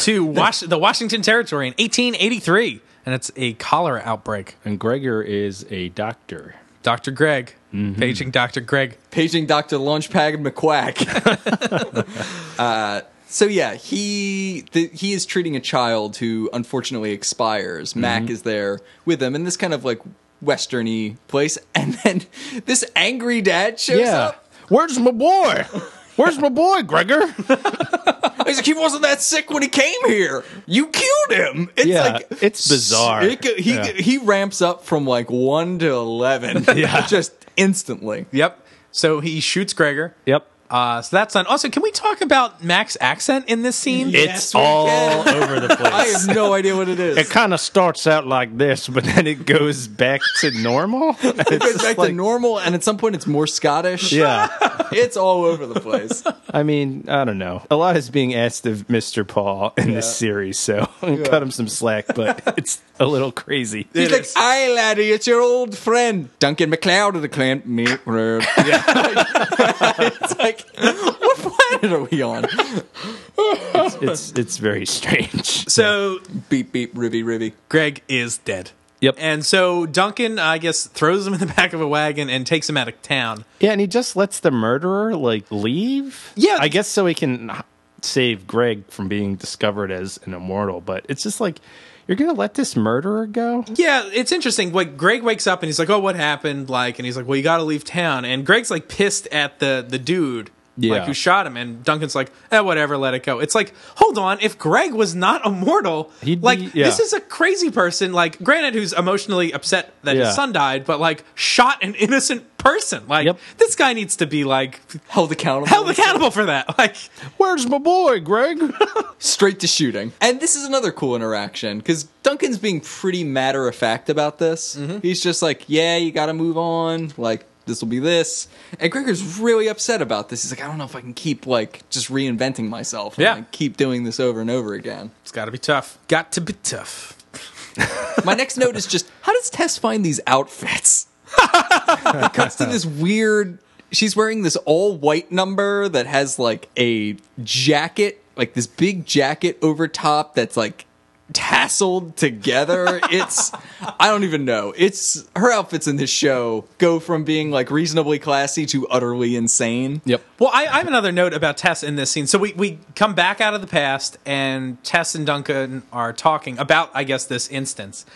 to Was- the Washington Territory in 1883, and it's a cholera outbreak.
and Gregor is a doctor.
Dr. Greg, paging Dr. Greg.
paging Dr. Launchpad McQuack. uh, so yeah, he the, he is treating a child who unfortunately expires. Mac is there with him in this kind of like westerny place, and then this angry dad shows up.
Where's my boy? Where's my boy, Gregor?
He's like, he wasn't that sick when he came here. You killed him. It's
Yeah,
like
it's bizarre.
It go- he
Yeah.
he ramps up from like one to eleven,
Yeah.
just instantly.
Yep. So he shoots Gregor.
Yep.
Uh, so that's on. Also, can we talk about Mac's accent in this scene?
It's
we
all
can.
over the place.
I have no idea what it is.
it kind of starts out like this, but then it goes back to normal. It
goes back to normal, and at some point it's more Scottish.
Yeah.
It's all over the place.
I mean, I don't know. A lot is being asked of Mr. Paul in this series, so cut him some slack, but it's a little crazy.
He's like, "Aye, laddie, it's your old friend Duncan McLeod of the clan." Me, rrr. it's like, what planet are we on?
It's it's very strange.
So
Beep beep, ribby ribby.
Greg is dead.
Yep.
And so Duncan, I guess, throws him in the back of a wagon and takes him out of town.
Yeah, and he just lets the murderer like leave.
Yeah.
I guess so he can h- save Greg from being discovered as an immortal. But it's just like you're gonna let this murderer go.
Yeah, it's interesting. Like Greg wakes up and he's like, "Oh, what happened?" Like, and he's like, "Well, you got to leave town." And Greg's like pissed at the the dude.
Yeah.
Like who shot him, and Duncan's like, eh, whatever, let it go. It's like, hold on, if Greg was not immortal,
He'd be-
like
yeah.
this is a crazy person. Like, granted, who's emotionally upset that
Yeah.
his son died, but like shot an innocent person. Like,
Yep.
this guy needs to be like
Held accountable.
held accountable for that. Like,
Where's my boy, Greg?
straight to shooting. And this is another cool interaction because Duncan's being pretty matter of fact about this. He's just like, yeah, you got to move on. Like, this will be this. And Gregor's really upset about this. He's like, I don't know if I can keep, like, just reinventing myself. and,
Yeah.
like, keep doing this over and over again.
it's got to be tough. Got to be tough.
My next note is just, how does Tess find these outfits? it cuts to this weird. She's wearing this all white number that has like a jacket, like this big jacket over top that's like tasseled together. It's I don't even know. It's her outfits in this show go from being like reasonably classy to utterly insane.
yep.
Well, I, I have another note about Tess in this scene. So we, we come back out of the past, and Tess and Duncan are talking about, I guess, this instance.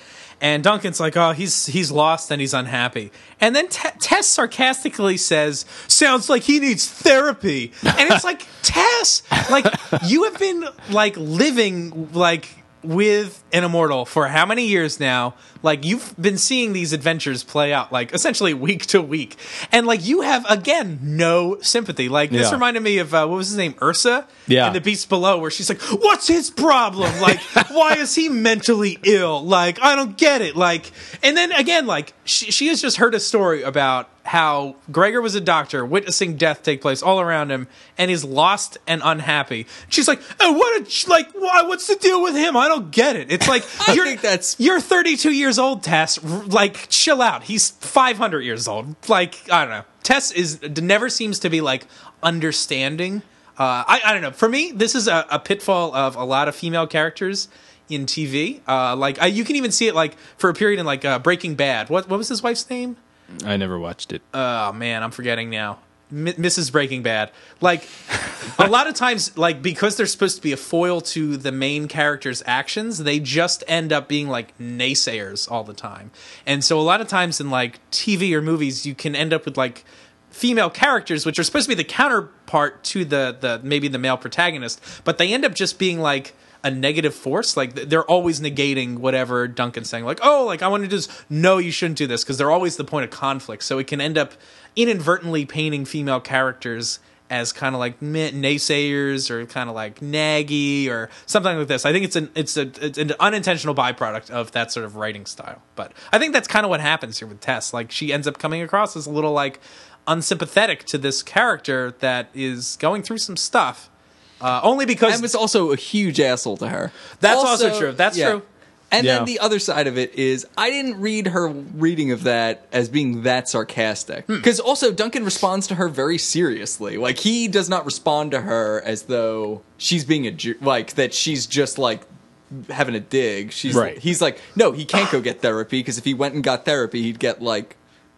And Duncan's like, "Oh, he's he's lost and he's unhappy." And then Te- Tess sarcastically says, "Sounds like he needs therapy." And it's like, Tess, like you have been like living like with an immortal for how many years now like you've been seeing these adventures play out like essentially week to week and like you have again no sympathy like this
Yeah.
reminded me of uh, what was his name ursa
Yeah.
in the beast below where she's like what's his problem like why is he mentally ill like i don't get it like and then again like she, she has just heard a story about how Gregor was a doctor, witnessing death take place all around him, and he's lost and unhappy. She's like, "Oh, what a ch- like, why, what's the deal with him? I don't get it." It's like
I
you're,
think that's-
you're 32 years old, Tess. R- Like, chill out. He's 500 years old. Like, I don't know. Tess is never seems to be like understanding. Uh, I I don't know. For me, this is a, a pitfall of a lot of female characters in TV. Uh, like, I, you can even see it like for a period in like uh, Breaking Bad. What what was his wife's name?
I never watched it.
Uh,
oh man, I'm forgetting now. M- Mrs. Breaking Bad. Like a lot of times, like because they're supposed to be a foil to the main character's actions, they just end up being like naysayers all the time. And so a lot of times in like TV or movies, you can end up with like female characters which are supposed to be the counterpart to the the maybe the male protagonist, but they end up just being like a negative force. Like th- they're always negating whatever Duncan's saying. Like, oh, like I want to just no, you shouldn't do this because they're always the point of conflict. So it can end up inadvertently painting female characters as kind of like meh, naysayers or kind of like naggy or something like this. I think it's an it's a it's an unintentional byproduct of that sort of writing style. But I think that's kind of what happens here with Tess. Like she ends up coming across as a little like unsympathetic to this character that is going through some stuff. Uh, only because
And was also a huge asshole to her.
That's also true. That's true.
And
Yeah.
then the other side of it is I didn't read her reading of that as being that sarcastic.
Hmm.
Because also Duncan responds to her very seriously. Like he does not respond to her as though she's being a ju- like that she's just like having a dig. She's
Right.
he's like, no, he can't go get therapy because if he went and got therapy, he'd get like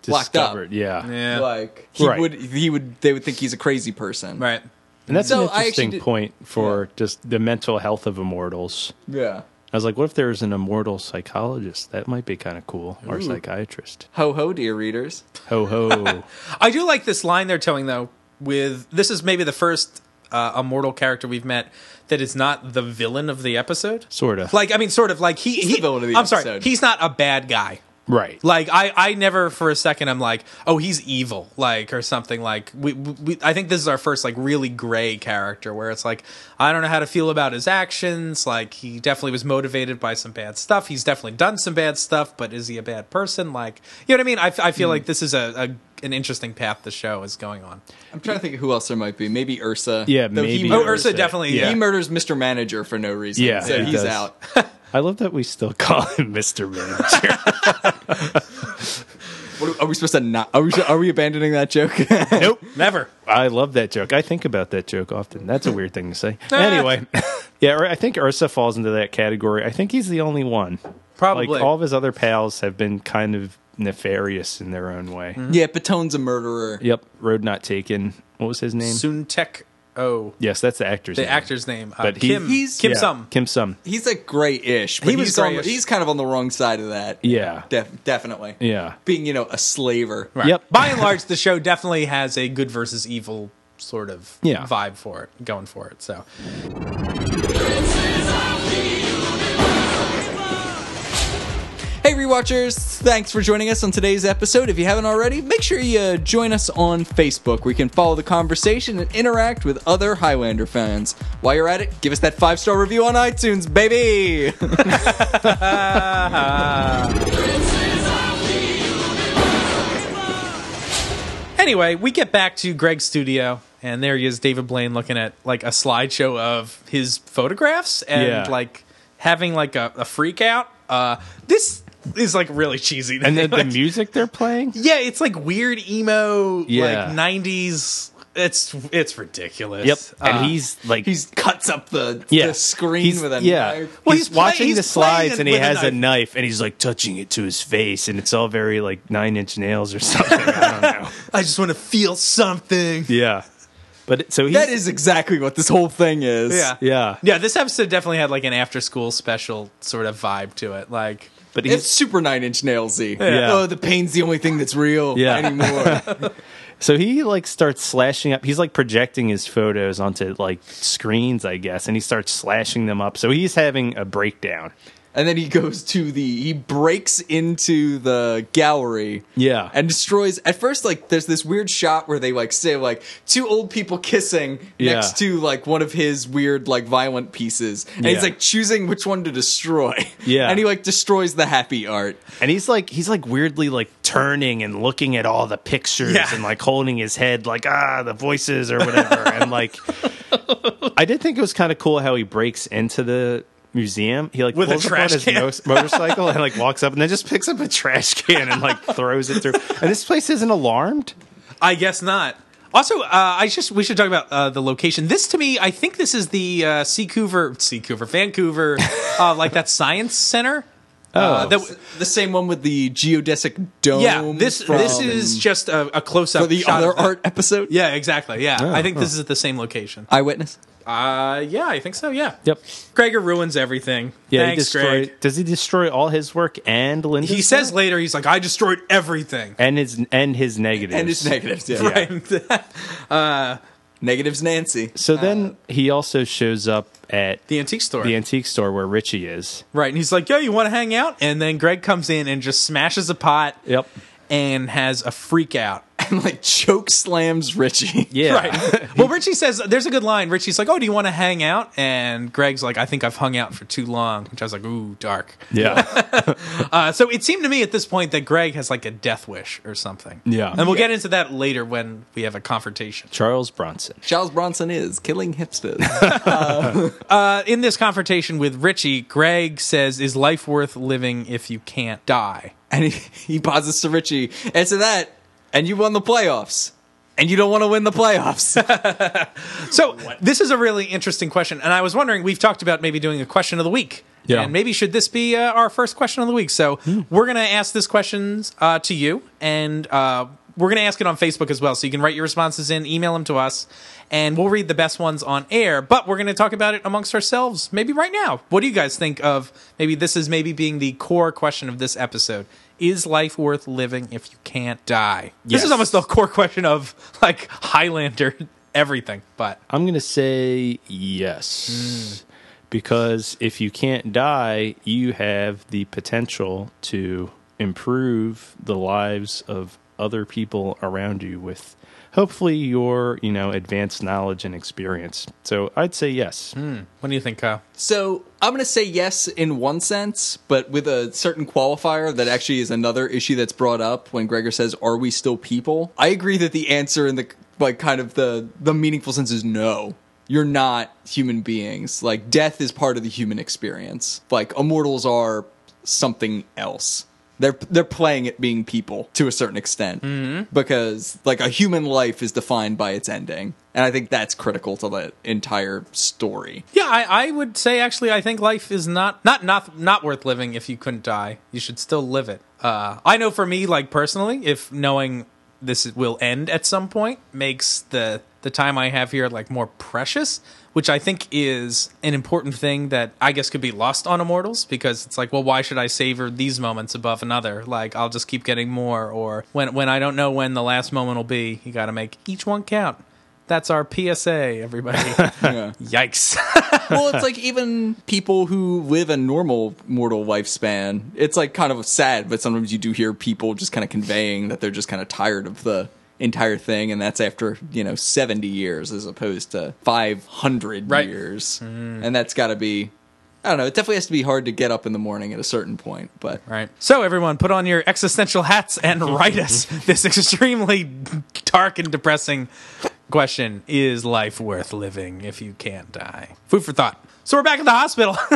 locked up.
Discovered, yeah.
Yeah.
Like he
Right.
would he would they would think he's a crazy person.
Right.
And that's
No,
an
I actually
interesting
did-
point for just the mental health of immortals.
Yeah.
I was like, what if there was an immortal psychologist? That might be kind of cool, or psychiatrist.
Ho ho, dear readers.
Ho ho.
I do like this line they're telling though. With this is maybe the first uh, immortal character we've met that is not the villain of the episode.
Sorta.
Like I mean, sort of like he. he
the villain of the
I'm sorry.
episode.
He's not a bad guy.
right.
Like I, I never for a second I'm like, oh, he's evil, like or something. Like we, we, we- I think this is our first like really gray character where it's like I don't know how to feel about his actions. Like he definitely was motivated by some bad stuff. He's definitely done some bad stuff, but is he a bad person? Like you know what I mean? I, f- I feel like this is a, an interesting path the show is going on.
I'm trying to think who else there might be. Maybe Ursa.
Yeah,
Though
maybe
murders-
Oh, Ursa definitely.
He
Yeah.
murders Mr. Manager for no reason.
Yeah,
so
he
he's
does.
out.
I love that we still call him Mr. Manager.
What are- are we supposed to not? Are we? Are we abandoning that joke?
nope.
Never.
I love that joke. I think about that joke often. That's a weird thing to say.
Ah.
anyway, yeah, I think Ursa falls into that category. I think he's the only one.
Probably.
Like all of his other pals have been kind of nefarious in their own
Mm-hmm.
way.
yeah, Patone's a murderer.
Yep. Road not taken. What was his name?
Soontek. Oh,
yes, that's the actor's
the
name.
actor's name. Uh,
But he-
Kim.
he's-
Kim
Yeah,
Sum.
Kim Sum.
He's like gray-ish, but
He was
he's, on,
grayish.
he's kind of on the wrong side of that.
Yeah.
Def- definitely.
Yeah.
being you know a slaver.
Right.
Yep.
By and large, the show definitely has a good versus evil sort of
Yeah.
vibe for it, going for it. So
Hey, rewatchers! Thanks for joining us on today's episode. If you haven't already, make sure you uh, join us on Facebook. We can follow the conversation and interact with other Highlander fans. While you're at it, give us that five star review on iTunes, baby!
anyway, we get back to Greg's studio, and there he is, David Blaine, looking at like a slideshow of his photographs and
Yeah.
like having like a, a freak out. Uh, this is like really cheesy.
And then the music they're playing?
yeah, it's like weird emo,
Yeah.
like '90s. It's it's ridiculous.
Yep. And
Uh,
he's like
He's cuts up the,
yeah.
the screen
He's-
with a
yeah.
knife.
Well,
he's,
he's play-
watching
he's
the slides
playing
and he
with a
has a knife.
knife.
and he's like touching it to his face and it's all very like nine inch nails or something. I don't know.
I just want to feel something.
Yeah. But it- so he's
That is exactly what this whole thing is.
Yeah.
Yeah.
Yeah, this episode definitely had like an after school special sort of vibe to it. Like
but
It's
he's
super Nine Inch Nailsy.
Yeah.
Oh, the pain's the only thing that's real
Yeah.
anymore.
so he like starts slashing up. He's like projecting his photos onto like screens, I guess, and he starts slashing them up. So he's having a breakdown.
and then he goes to the he breaks into the gallery.
Yeah.
And destroys at first like there's this weird shot where they like say like two old people kissing
Yeah.
next to like one of his weird like violent pieces. And
Yeah.
he's like choosing which one to destroy.
Yeah.
And he like destroys the happy art.
And he's like he's like weirdly like turning and looking at all the pictures
Yeah.
and like holding his head like ah the voices or whatever and like I did think it was kind of cool how he breaks into the museum. He like
With a
pulls up on
trash
his
can.
mo- motorcycle and like walks up and then just picks up a trash can and like throws it through. And this place isn't alarmed.
I guess not. Also, uh, I just we should talk about uh, the location. This to me, I think this is the uh, Seacouver, Seacouver, Vancouver, uh, like that science center. Oh, uh, that w-
The same one with the geodesic dome.
yeah. This
from-
this is just a, a close up.
for the other art episode.
Yeah, exactly. Yeah, I think this is at the same location.
Eyewitness.
Uh, yeah, I think so. Yeah.
Yep.
Gregor ruins everything.
Yeah, he
Thanks,
destroy-
Greg.
Does he destroy all his work and Linda's?
He says
work?
later, he's like, "I destroyed everything."
and his and his negatives
And it's negatives. Yeah. Negatives Nancy.
So then he also shows up at
the antique Uh, store.
the antique store where Richie is.
Right. And he's like, yo, you want to hang out? And then Greg comes in and just smashes a pot
Yep.
and has a freak out.
And like choke slams Richie.
Yeah.
Right. well, Richie says, there's a good line. Richie's like, oh, do you want to hang out? And Greg's like, I think I've hung out for too long, which I was like, ooh, dark.
Yeah.
Uh, so it seemed to me at this point that Greg has like a death wish or something.
Yeah.
And we'll get into that later when we have a confrontation.
Charles Bronson.
Charles Bronson is killing hipsters.
Uh, in this confrontation with Richie, Greg says, is life worth living if you can't die?
and he, he pauses to Richie. Answer that, and you won the playoffs. And you don't want to win the playoffs.
So this is a really interesting question, and I was wondering. We've talked about maybe doing a question of the week,
Yeah. Hmm.
and maybe should this be uh, our first question of the week? So we're gonna ask this questions uh, to you, and uh, we're gonna ask it on Facebook as well. So you can write your responses in, email them to us, and we'll read the best ones on air. But we're gonna talk about it amongst ourselves, maybe right now. What do you guys think of? Maybe this is maybe being the core question of this episode. Is life worth living if you can't die? This
Yes.
is almost the core question of like Highlander everything, but
I'm going to say yes.
Hmm.
Because if you can't die, you have the potential to improve the lives of other people around you with hopefully your, you know, advanced knowledge and experience. So I'd say yes.
What do you think, Kyle?
So I'm going to say yes in one sense, but with a certain qualifier that actually is another issue that's brought up when Gregor says, "Are we still people?" I agree that the answer in the like kind of the the meaningful sense is no. You're not human beings. Like death is part of the human experience. Like immortals are something else. They're they're playing at being people to a certain extent because like a human life is defined by its ending, and I think that's critical to the entire story.
Yeah, I, I would say actually, I think life is not not not not worth living if you couldn't die. You should still live it. Uh, I know for me, like personally, if knowing this will end at some point makes the the time I have here like more precious, which I think is an important thing that I guess could be lost on immortals because it's like, well, why should I savor these moments above another? Like I'll just keep getting more, or when when I don't know when the last moment will be, you got to make each one count. That's our PSA, everybody. Yikes.
well, it's like even people who live a normal mortal lifespan, it's like kind of sad, but sometimes you do hear people just kind of conveying that they're just kind of tired of the entire thing, and that's after, you know, 70 years as opposed to 500
Right. Mm-hmm.
years. And that's got to be, I don't know, it definitely has to be hard to get up in the morning at a certain point, but.
Right. So everyone, put on your existential hats and write us this extremely dark and depressing question: Is life worth living if you can't die? Food for thought. So we're back at the hospital.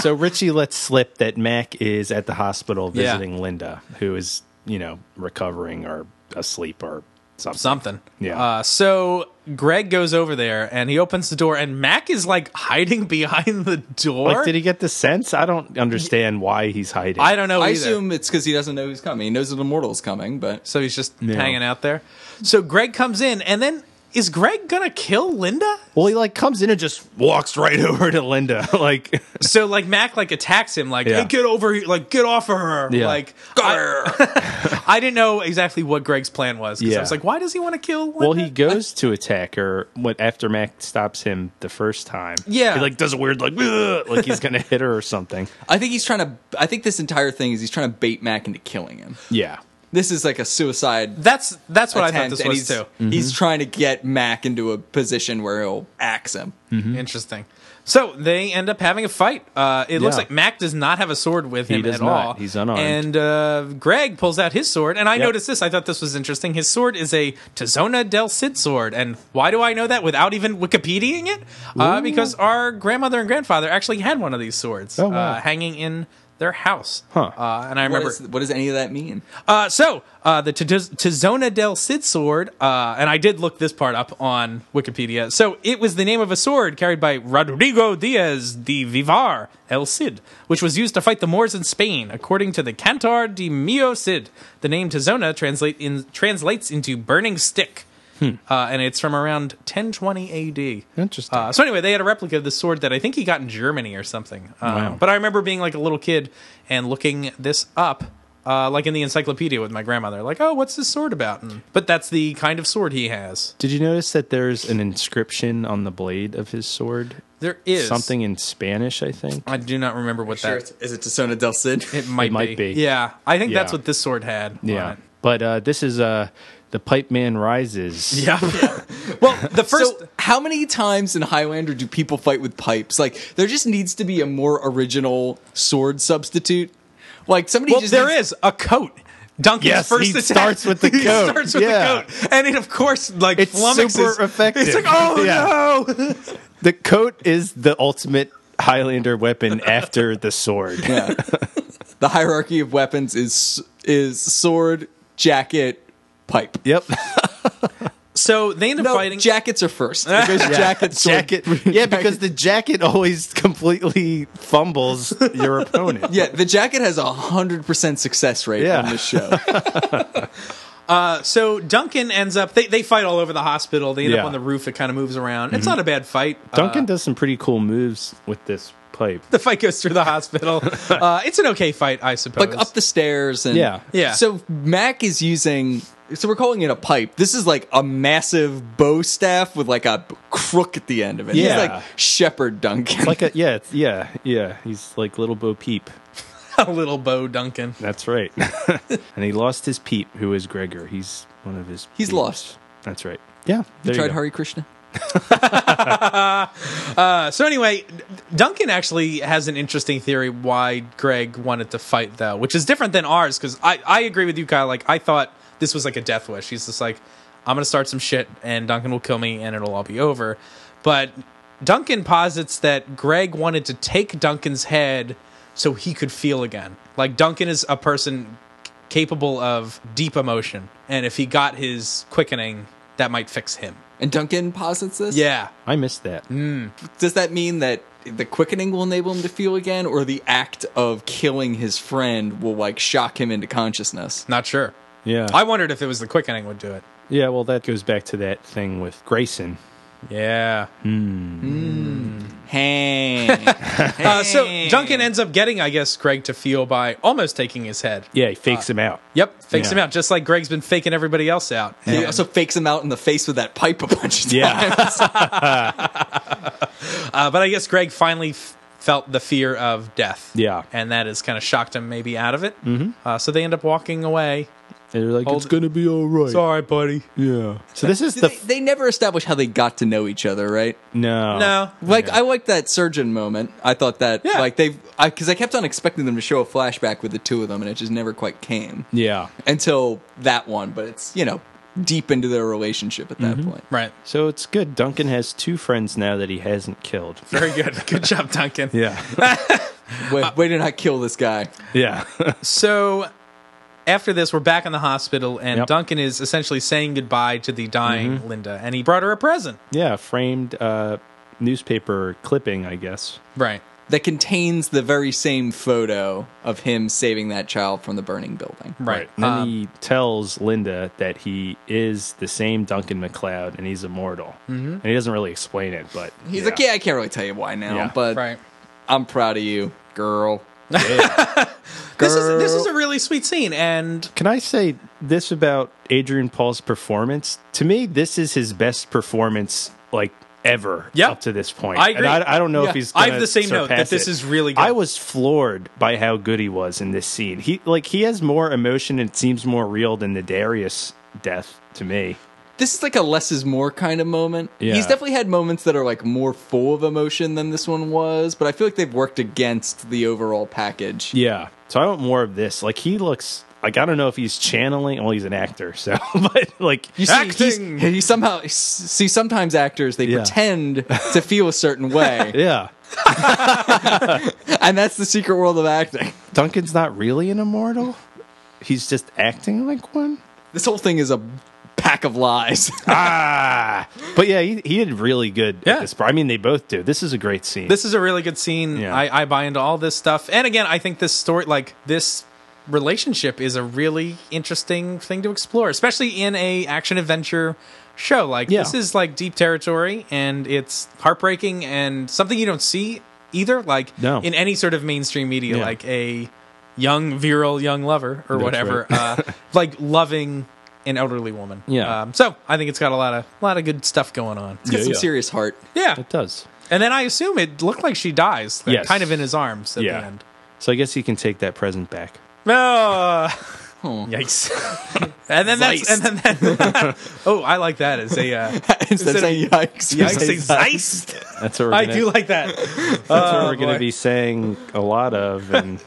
so Richie lets slip that Mac is at the hospital
Yeah.
visiting Linda, who is, you know, recovering or asleep or something.
Something.
Yeah.
Uh, so Greg goes over there and he opens the door, and Mac is like hiding behind the door.
Like, did he get the sense? I don't understand why he's hiding.
I don't know.
I
either.
assume it's because he doesn't know who's coming. He knows an immortal's coming, but
so. He's just hanging out there. So Greg comes in, and then is Greg gonna kill Linda?
Well, he like comes in and just walks right over to Linda. like,
So like Mac like attacks him like
Yeah.
hey get over here like get off of her
Yeah.
like I, I didn't know exactly what Greg's plan was because
Yeah.
I was like why does he want to kill Linda?
well, he goes to attack her when after Mac stops him the first time.
Yeah.
he like does a weird like "Ugh," like he's gonna hit her or something.
I think he's trying to. I think this entire thing is he's trying to bait Mac into killing him.
Yeah,
This is like a suicide
that's that's what I thought
attempt,
this
and
was
he's,
too
He's trying to get Mac into a position where he'll axe him.
Mm-hmm.
interesting so they end up having a fight uh, it looks
Yeah.
like Mac does not have a sword with
He
him
does
at
not.
all
He's unarmed.
and uh, Greg pulls out his sword and I
Yep.
noticed this I thought this was interesting his sword is a Tizona del Cid sword and why do I know that without even Wikipediaing it uh, because our grandmother and grandfather actually had one of these swords
Oh, wow.
uh, hanging in their house.
Huh.
Uh, and I
What,
remember.
is, what does any of that mean?
uh, so, uh, the Tiz- Tizona del Cid sword, uh, and I did look this part up on Wikipedia. So, it was the name of a sword carried by Rodrigo Diaz de Vivar el Cid, which was used to fight the Moors in Spain. According to the Cantar de Mio Cid, the name Tizona translate in, translates into burning stick. Uh, and it's from around 1020 AD.
Interesting.
Uh, so anyway, they had a replica of the sword that I think he got in Germany or something. Uh,
Wow.
But I remember being like a little kid and looking this up, uh, like in the encyclopedia with my grandmother. Like, oh, what's this sword about? And, but that's the kind of sword he has.
Did you notice that there's an inscription on the blade of his sword?
There is
something in Spanish, I think.
I do not remember what that.
is it Tasona del Cid?
It might,
might be.
Yeah, I think that's
Yeah.
what this sword had. on
Yeah,
it.
but uh, this is uh, the Pipe Man rises.
Yeah. well, the first.
so, how many times in Highlander do people fight with pipes? Like, there just needs to be a more original sword substitute. Like, somebody
well,
just.
there
needs-
is a coat. Duncan's
Yes,
first
he
attack.
starts with the
He
coat.
starts with
Yeah.
the coat, and it of course like
It's
flummoxes.
super effective.
It's like, oh
Yeah.
no!
The coat is the ultimate Highlander weapon after the sword.
The hierarchy of weapons is is sword, jacket, pipe.
Yep.
So they end up
No,
fighting.
jackets are first. It goes jacket, sword.
jacket. Yeah, because the jacket always completely fumbles your opponent.
Yeah, the jacket has a 100% success rate
Yeah.
on this show.
so Duncan ends up. They, they fight all over the hospital. They end
Yeah. Mm-hmm.
up on the roof. It kind of moves around. It's not a bad fight. Uh,
Duncan does some pretty cool moves with this pipe.
the fight goes through the hospital. uh, it's an okay fight, I suppose.
like up the stairs and
Yeah.
Yeah.
So Mac is using so we're calling it a pipe. This is like a massive bow staff with like a crook at the end of it.
Yeah.
He's like Shepherd Duncan.
Like a yeah, it's- yeah, yeah. He's like little Bo Peep.
little Bo Duncan.
That's right. and he lost his peep, who is Gregor. He's one of his.
He's
peeps.
lost.
That's right. Yeah. There
Tried
go.
Hari Krishna.
Uh, so anyway, Duncan actually has an interesting theory why Greg wanted to fight though, which is different than ours because I I agree with you, Kyle. Like I thought this was like a death wish. He's just like, I'm gonna start some shit and Duncan will kill me and it'll all be over. But Duncan posits that Greg wanted to take Duncan's head so he could feel again. Like Duncan is a person capable of deep emotion, and if he got his quickening, that might fix him.
And Duncan posits this?
Yeah,
I missed that.
Does that mean that the quickening will enable him to feel again, or the act of killing his friend will like shock him into consciousness?
not sure.
Yeah.
I wondered if it was the quickening would do it.
yeah. Well, that goes back to that thing with Grayson.
Yeah.
Hey.
Uh, so Duncan ends up getting, I guess, Greg to feel by almost taking his head.
Yeah, he fakes him out.
Yep, fakes him
Yeah.
out, just like Greg's been faking everybody else out.
He also fakes him out in the face with that pipe a bunch of times.
Yeah.
Uh, but I guess Greg finally f- felt the fear of death.
Yeah.
And that has kind of shocked him maybe out of it. Mm-hmm. Uh, so they end up walking away.
They're like,
Hold
it's
it.
gonna be all right.
Sorry, buddy.
Yeah. So this is
Did
the
they,
f-
they never establish how they got to know each other, right?
no.
No.
Like I like that surgeon moment. I thought that
Yeah.
like they've I because I kept on expecting them to show a flashback with the two of them, and it just never quite came
Yeah.
until that one. But it's you know deep into their relationship at that point.
Mm-hmm. Right.
So it's good. Duncan has two friends now that he hasn't killed.
Very good. Good job, Duncan.
Yeah.
Way,
Uh,
way to not kill this guy.
yeah.
So after this, we're back in the hospital, and
Yep.
Duncan is essentially saying goodbye to the dying Linda, and he brought her a present.
yeah. Framed uh, newspaper clipping, I guess.
Right.
That contains the very same photo of him saving that child from the burning building.
Right.
And then he tells Linda that he is the same Duncan McLeod and he's immortal. Mm-hmm. And he doesn't really explain it, but
He's like, yeah, I can't really tell you why now,
Yeah.
but
Uh, Right.
I'm proud of you, girl.
This is this is a really sweet scene, and
Can I say this about Adrian Paul's performance? To me, this is his best performance, like ever,
Yeah.
up to this point.
I agree.
And I, I don't know
Yeah.
if he's.
I have
gonna
the same note, that
surpass
this
it.
is really good.
I was floored by how good he was in this scene. He like he has more emotion and it seems more real than the Darius death to me.
This is like a less is more kind of moment.
Yeah.
He's definitely had moments that are like more full of emotion than this one was, but I feel like they've worked against the overall package.
Yeah. So I want more of this. Like he looks. Like I don't know if he's channeling. Well, he's an actor, so but like
You see, he's-
Acting!
he somehow see sometimes actors they
Yeah.
pretend to feel a certain way,
yeah.
and that's the secret world of acting.
Duncan's not really an immortal. He's just acting like one.
This whole thing is a pack of lies.
ah, but yeah, he, he did really good.
Yeah.
At this part. I mean, they both do. This is a great scene.
this is a really good scene.
Yeah.
I, I buy into all this stuff, and again, I think this story, like this relationship, is a really interesting thing to explore, especially in a action adventure show. Like
Yeah.
this is like deep territory, and it's heartbreaking and something you don't see either. Like
No.
in any sort of mainstream media,
Yeah.
like a young virile young lover or whatever, uh, like loving an elderly woman.
Yeah.
Um, so I think it's got a lot of a lot of good stuff going on.
He's got
Yeah,
some
yeah.
serious heart.
Yeah.
it does.
And then I assume it looked like she dies, like,
Yes.
kind of in his arms at
yeah.
the end.
So I guess he can take that present back.
No. Yikes. Ah. and then that's and then that, Oh, I like that as a uh,
Instead of saying yikes, we
yikes say
say
zeist.
That's what we're
I
gonna,
do like that.
that's what we're going
boy.
to be saying a lot of in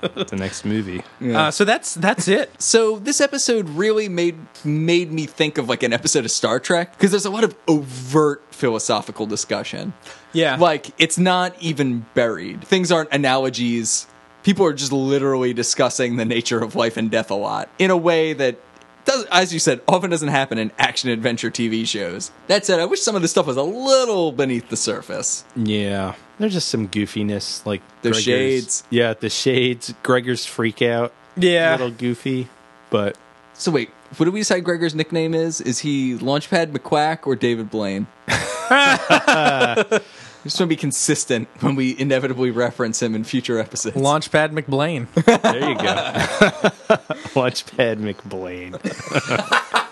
the next movie.
Uh, so that's that's it.
So this episode really made made me think of like an episode of Star Trek because there's a lot of overt philosophical discussion.
Yeah.
Like it's not even buried. Things aren't analogies. People are just literally discussing the nature of life and death a lot in a way that does as you said often doesn't happen in action adventure TV shows. That said, I wish some of this stuff was a little beneath the surface.
Yeah. There's just some goofiness, like
The
Gregor's-
shades.
Yeah, the shades. Gregor's freak out.
Yeah.
little goofy, but
So wait, what do we decide Gregor's nickname is? Is he Launchpad McQuack or David Blaine? I just want to be consistent when we inevitably reference him in future episodes.
Launchpad McBlain.
there you go. Watch Pad McBlaine.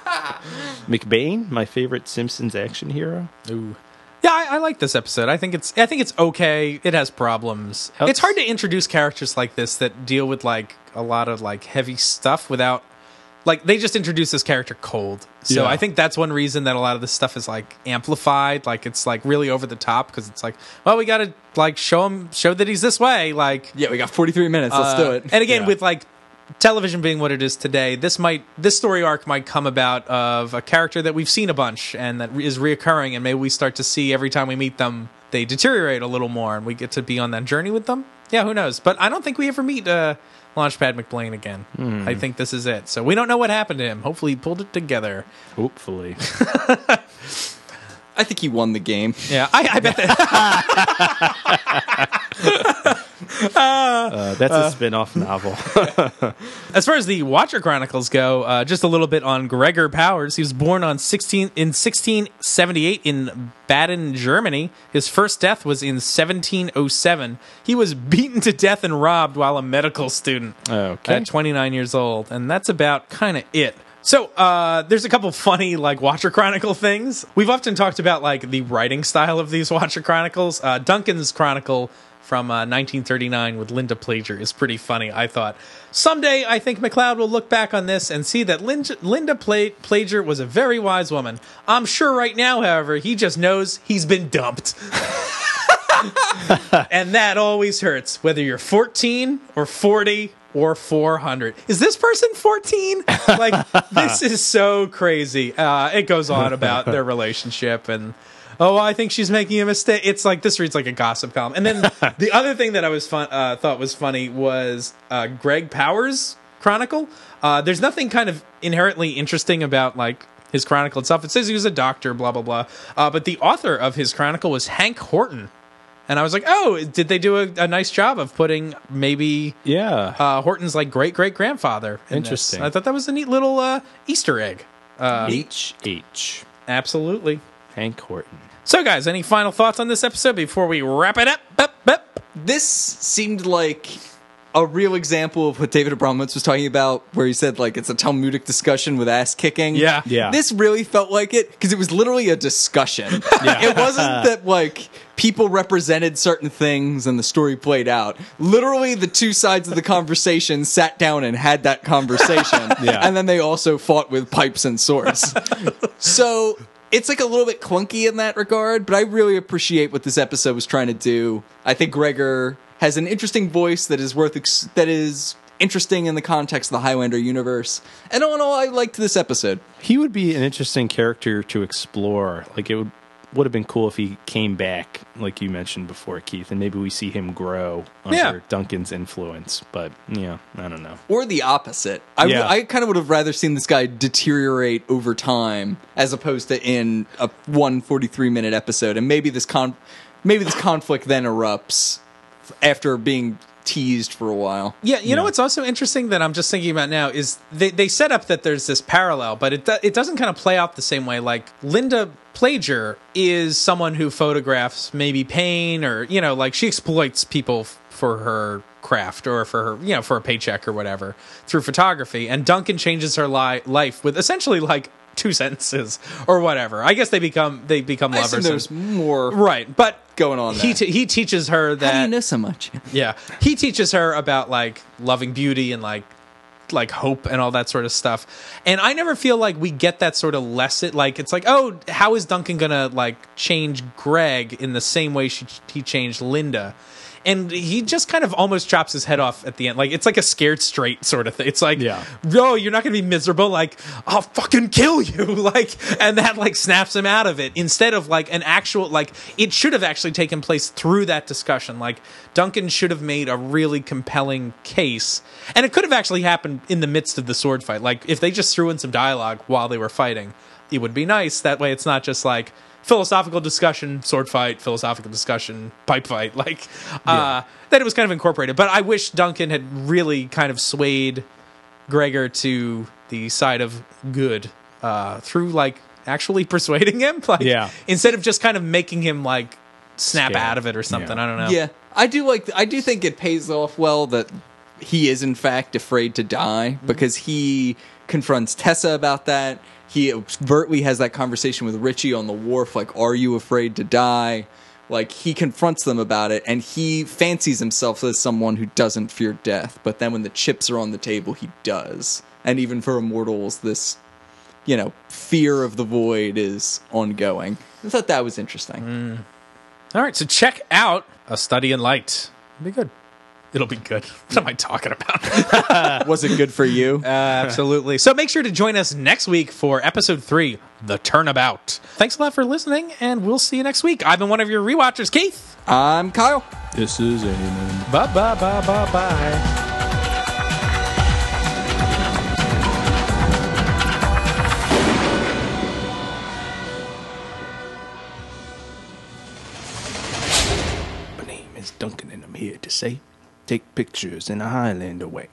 McBain, my favorite Simpsons action hero.
Ooh. Yeah, I, I like this episode. I think it's I think it's okay. It has problems.
Oops.
It's hard to introduce characters like this that deal with like a lot of like heavy stuff without like they just introduce this character cold. So
Yeah.
I think that's one reason that a lot of this stuff is like amplified. Like it's like really over the top because it's like, well, we got to like show him show that he's this way. Like
Yeah, we got 43 minutes. Let's do
uh,
it.
And again,
Yeah.
with like television being what it is today, this might this story arc might come about of a character that we've seen a bunch and that is reoccurring, and maybe we start to see every time we meet them they deteriorate a little more, and we get to be on that journey with them. Yeah, who knows? But I don't think we ever meet uh, Launchpad McBlain again.
Hmm.
I think this is it. So we don't know what happened to him. Hopefully, he pulled it together.
Hopefully.
I think he won the game.
Yeah, I, I bet that.
Uh, that's a spin off novel.
As far as the Watcher Chronicles go, uh, just a little bit on Gregor Powers. He was born on 16 in 1678 in Baden, Germany. His first death was in 1707. He was beaten to death and robbed while a medical student
Okay.
at 29 years old, and that's about kind of it. So uh, there's a couple funny like Watcher Chronicle things. We've often talked about like the writing style of these Watcher Chronicles. Uh, Duncan's Chronicle from uh, 1939 with Linda Plager is pretty funny. I thought someday I think McLeod will look back on this and see that Lin- Linda Pla- Plager was a very wise woman. I'm sure right now, however, he just knows he's been dumped. And that always hurts, whether you're 14 or 40 or 400. Is this person 14? Like, this is so crazy. Uh, it goes on about their relationship and. Oh, I think she's making a mistake. It's like this reads like a gossip column. And then the other thing that I was fun, uh, thought was funny was uh, Greg Powers' chronicle. Uh, there's nothing kind of inherently interesting about like his chronicle itself. It says he was a doctor, blah blah blah. Uh, but the author of his chronicle was Hank Horton, and I was like, oh, did they do a, a nice job of putting maybe
yeah.
uh, Horton's like great great grandfather? in this?
Interesting.
I thought that was a neat little uh, Easter egg.
H H.
Absolutely.
Hank Horton.
So, guys, any final thoughts on this episode before we wrap it up? Up, up.
This seemed like a real example of what David Abramowitz was talking about, where he said, like, it's a Talmudic discussion with ass kicking.
Yeah.
Yeah.
This really felt like it because it was literally a discussion.
Yeah.
It wasn't that, like, people represented certain things and the story played out. Literally, the two sides of the conversation sat down and had that conversation.
Yeah.
And then they also fought with pipes and swords. So it's like a little bit clunky in that regard, but I really appreciate what this episode was trying to do. I think Gregor has an interesting voice that is worth ex- that is interesting in the context of the Highlander universe. And all in all, I liked this episode.
He would be an interesting character to explore. Like it would would have been cool if he came back, like you mentioned before, Keith, and maybe we see him grow under
Yeah.
Duncan's influence. But yeah, I don't know.
Or the opposite. I, w-
Yeah.
I kind of would have rather seen this guy deteriorate over time as opposed to in a one forty-three minute episode. And maybe this con- maybe this conflict then erupts after being teased for a while.
Yeah, you know what's also interesting that I'm just thinking about now is they, they set up that there's this parallel, but it do- it doesn't kind of play out the same way. Like Linda Plager is someone who photographs maybe pain or you know like she exploits people f- for her craft or for her you know for a paycheck or whatever through photography, and Duncan changes her li- life with essentially like two sentences or whatever. I guess they become they become
I assume
lovers.
there's
and-
more
right, but
going on
He
there.
t- he teaches her that
How do you know so much?
yeah he teaches her about like loving beauty and like like hope and all that sort of stuff and i never feel like we get that sort of lesson like it's like oh how is duncan gonna like change greg in the same way she, he changed linda and he just kind of almost chops his head off at the end like it's like a scared straight sort of thing it's like
Yeah.
yo you're not gonna be miserable like i'll fucking kill you like and that like snaps him out of it instead of like an actual like it should have actually taken place through that discussion like duncan should have made a really compelling case and it could have actually happened in the midst of the sword fight like if they just threw in some dialogue while they were fighting it would be nice that way it's not just like philosophical discussion sword fight philosophical discussion pipe fight like uh that it was kind of incorporated but i wish duncan had really kind of swayed Gregor to the side of good uh, through like actually persuading him, like
Yeah.
instead of just kind of making him like snap
Scared.
out of it or something.
Yeah.
I don't know.
Yeah, I do like. I do think it pays off well that he is in fact afraid to die because he confronts Tessa about that. He overtly has that conversation with Richie on the wharf, like, "Are you afraid to die?" Like he confronts them about it, and he fancies himself as someone who doesn't fear death. But then, when the chips are on the table, he does. And even for immortals, this, you know, fear of the void is ongoing. I thought that was interesting.
All right, so check out A Study in Light. It'll be good. It'll be good. What am I talking about?
Was it good for you?
Absolutely. So make sure to join us next week for episode three, The Turnabout. Thanks a lot for listening, and we'll see you next week. I've been one of your rewatchers, Keith.
I'm Kyle.
This is a
Bye, bye, bye, bye, bye.
My name is Duncan, and I'm here to say, take pictures in a Highlander way.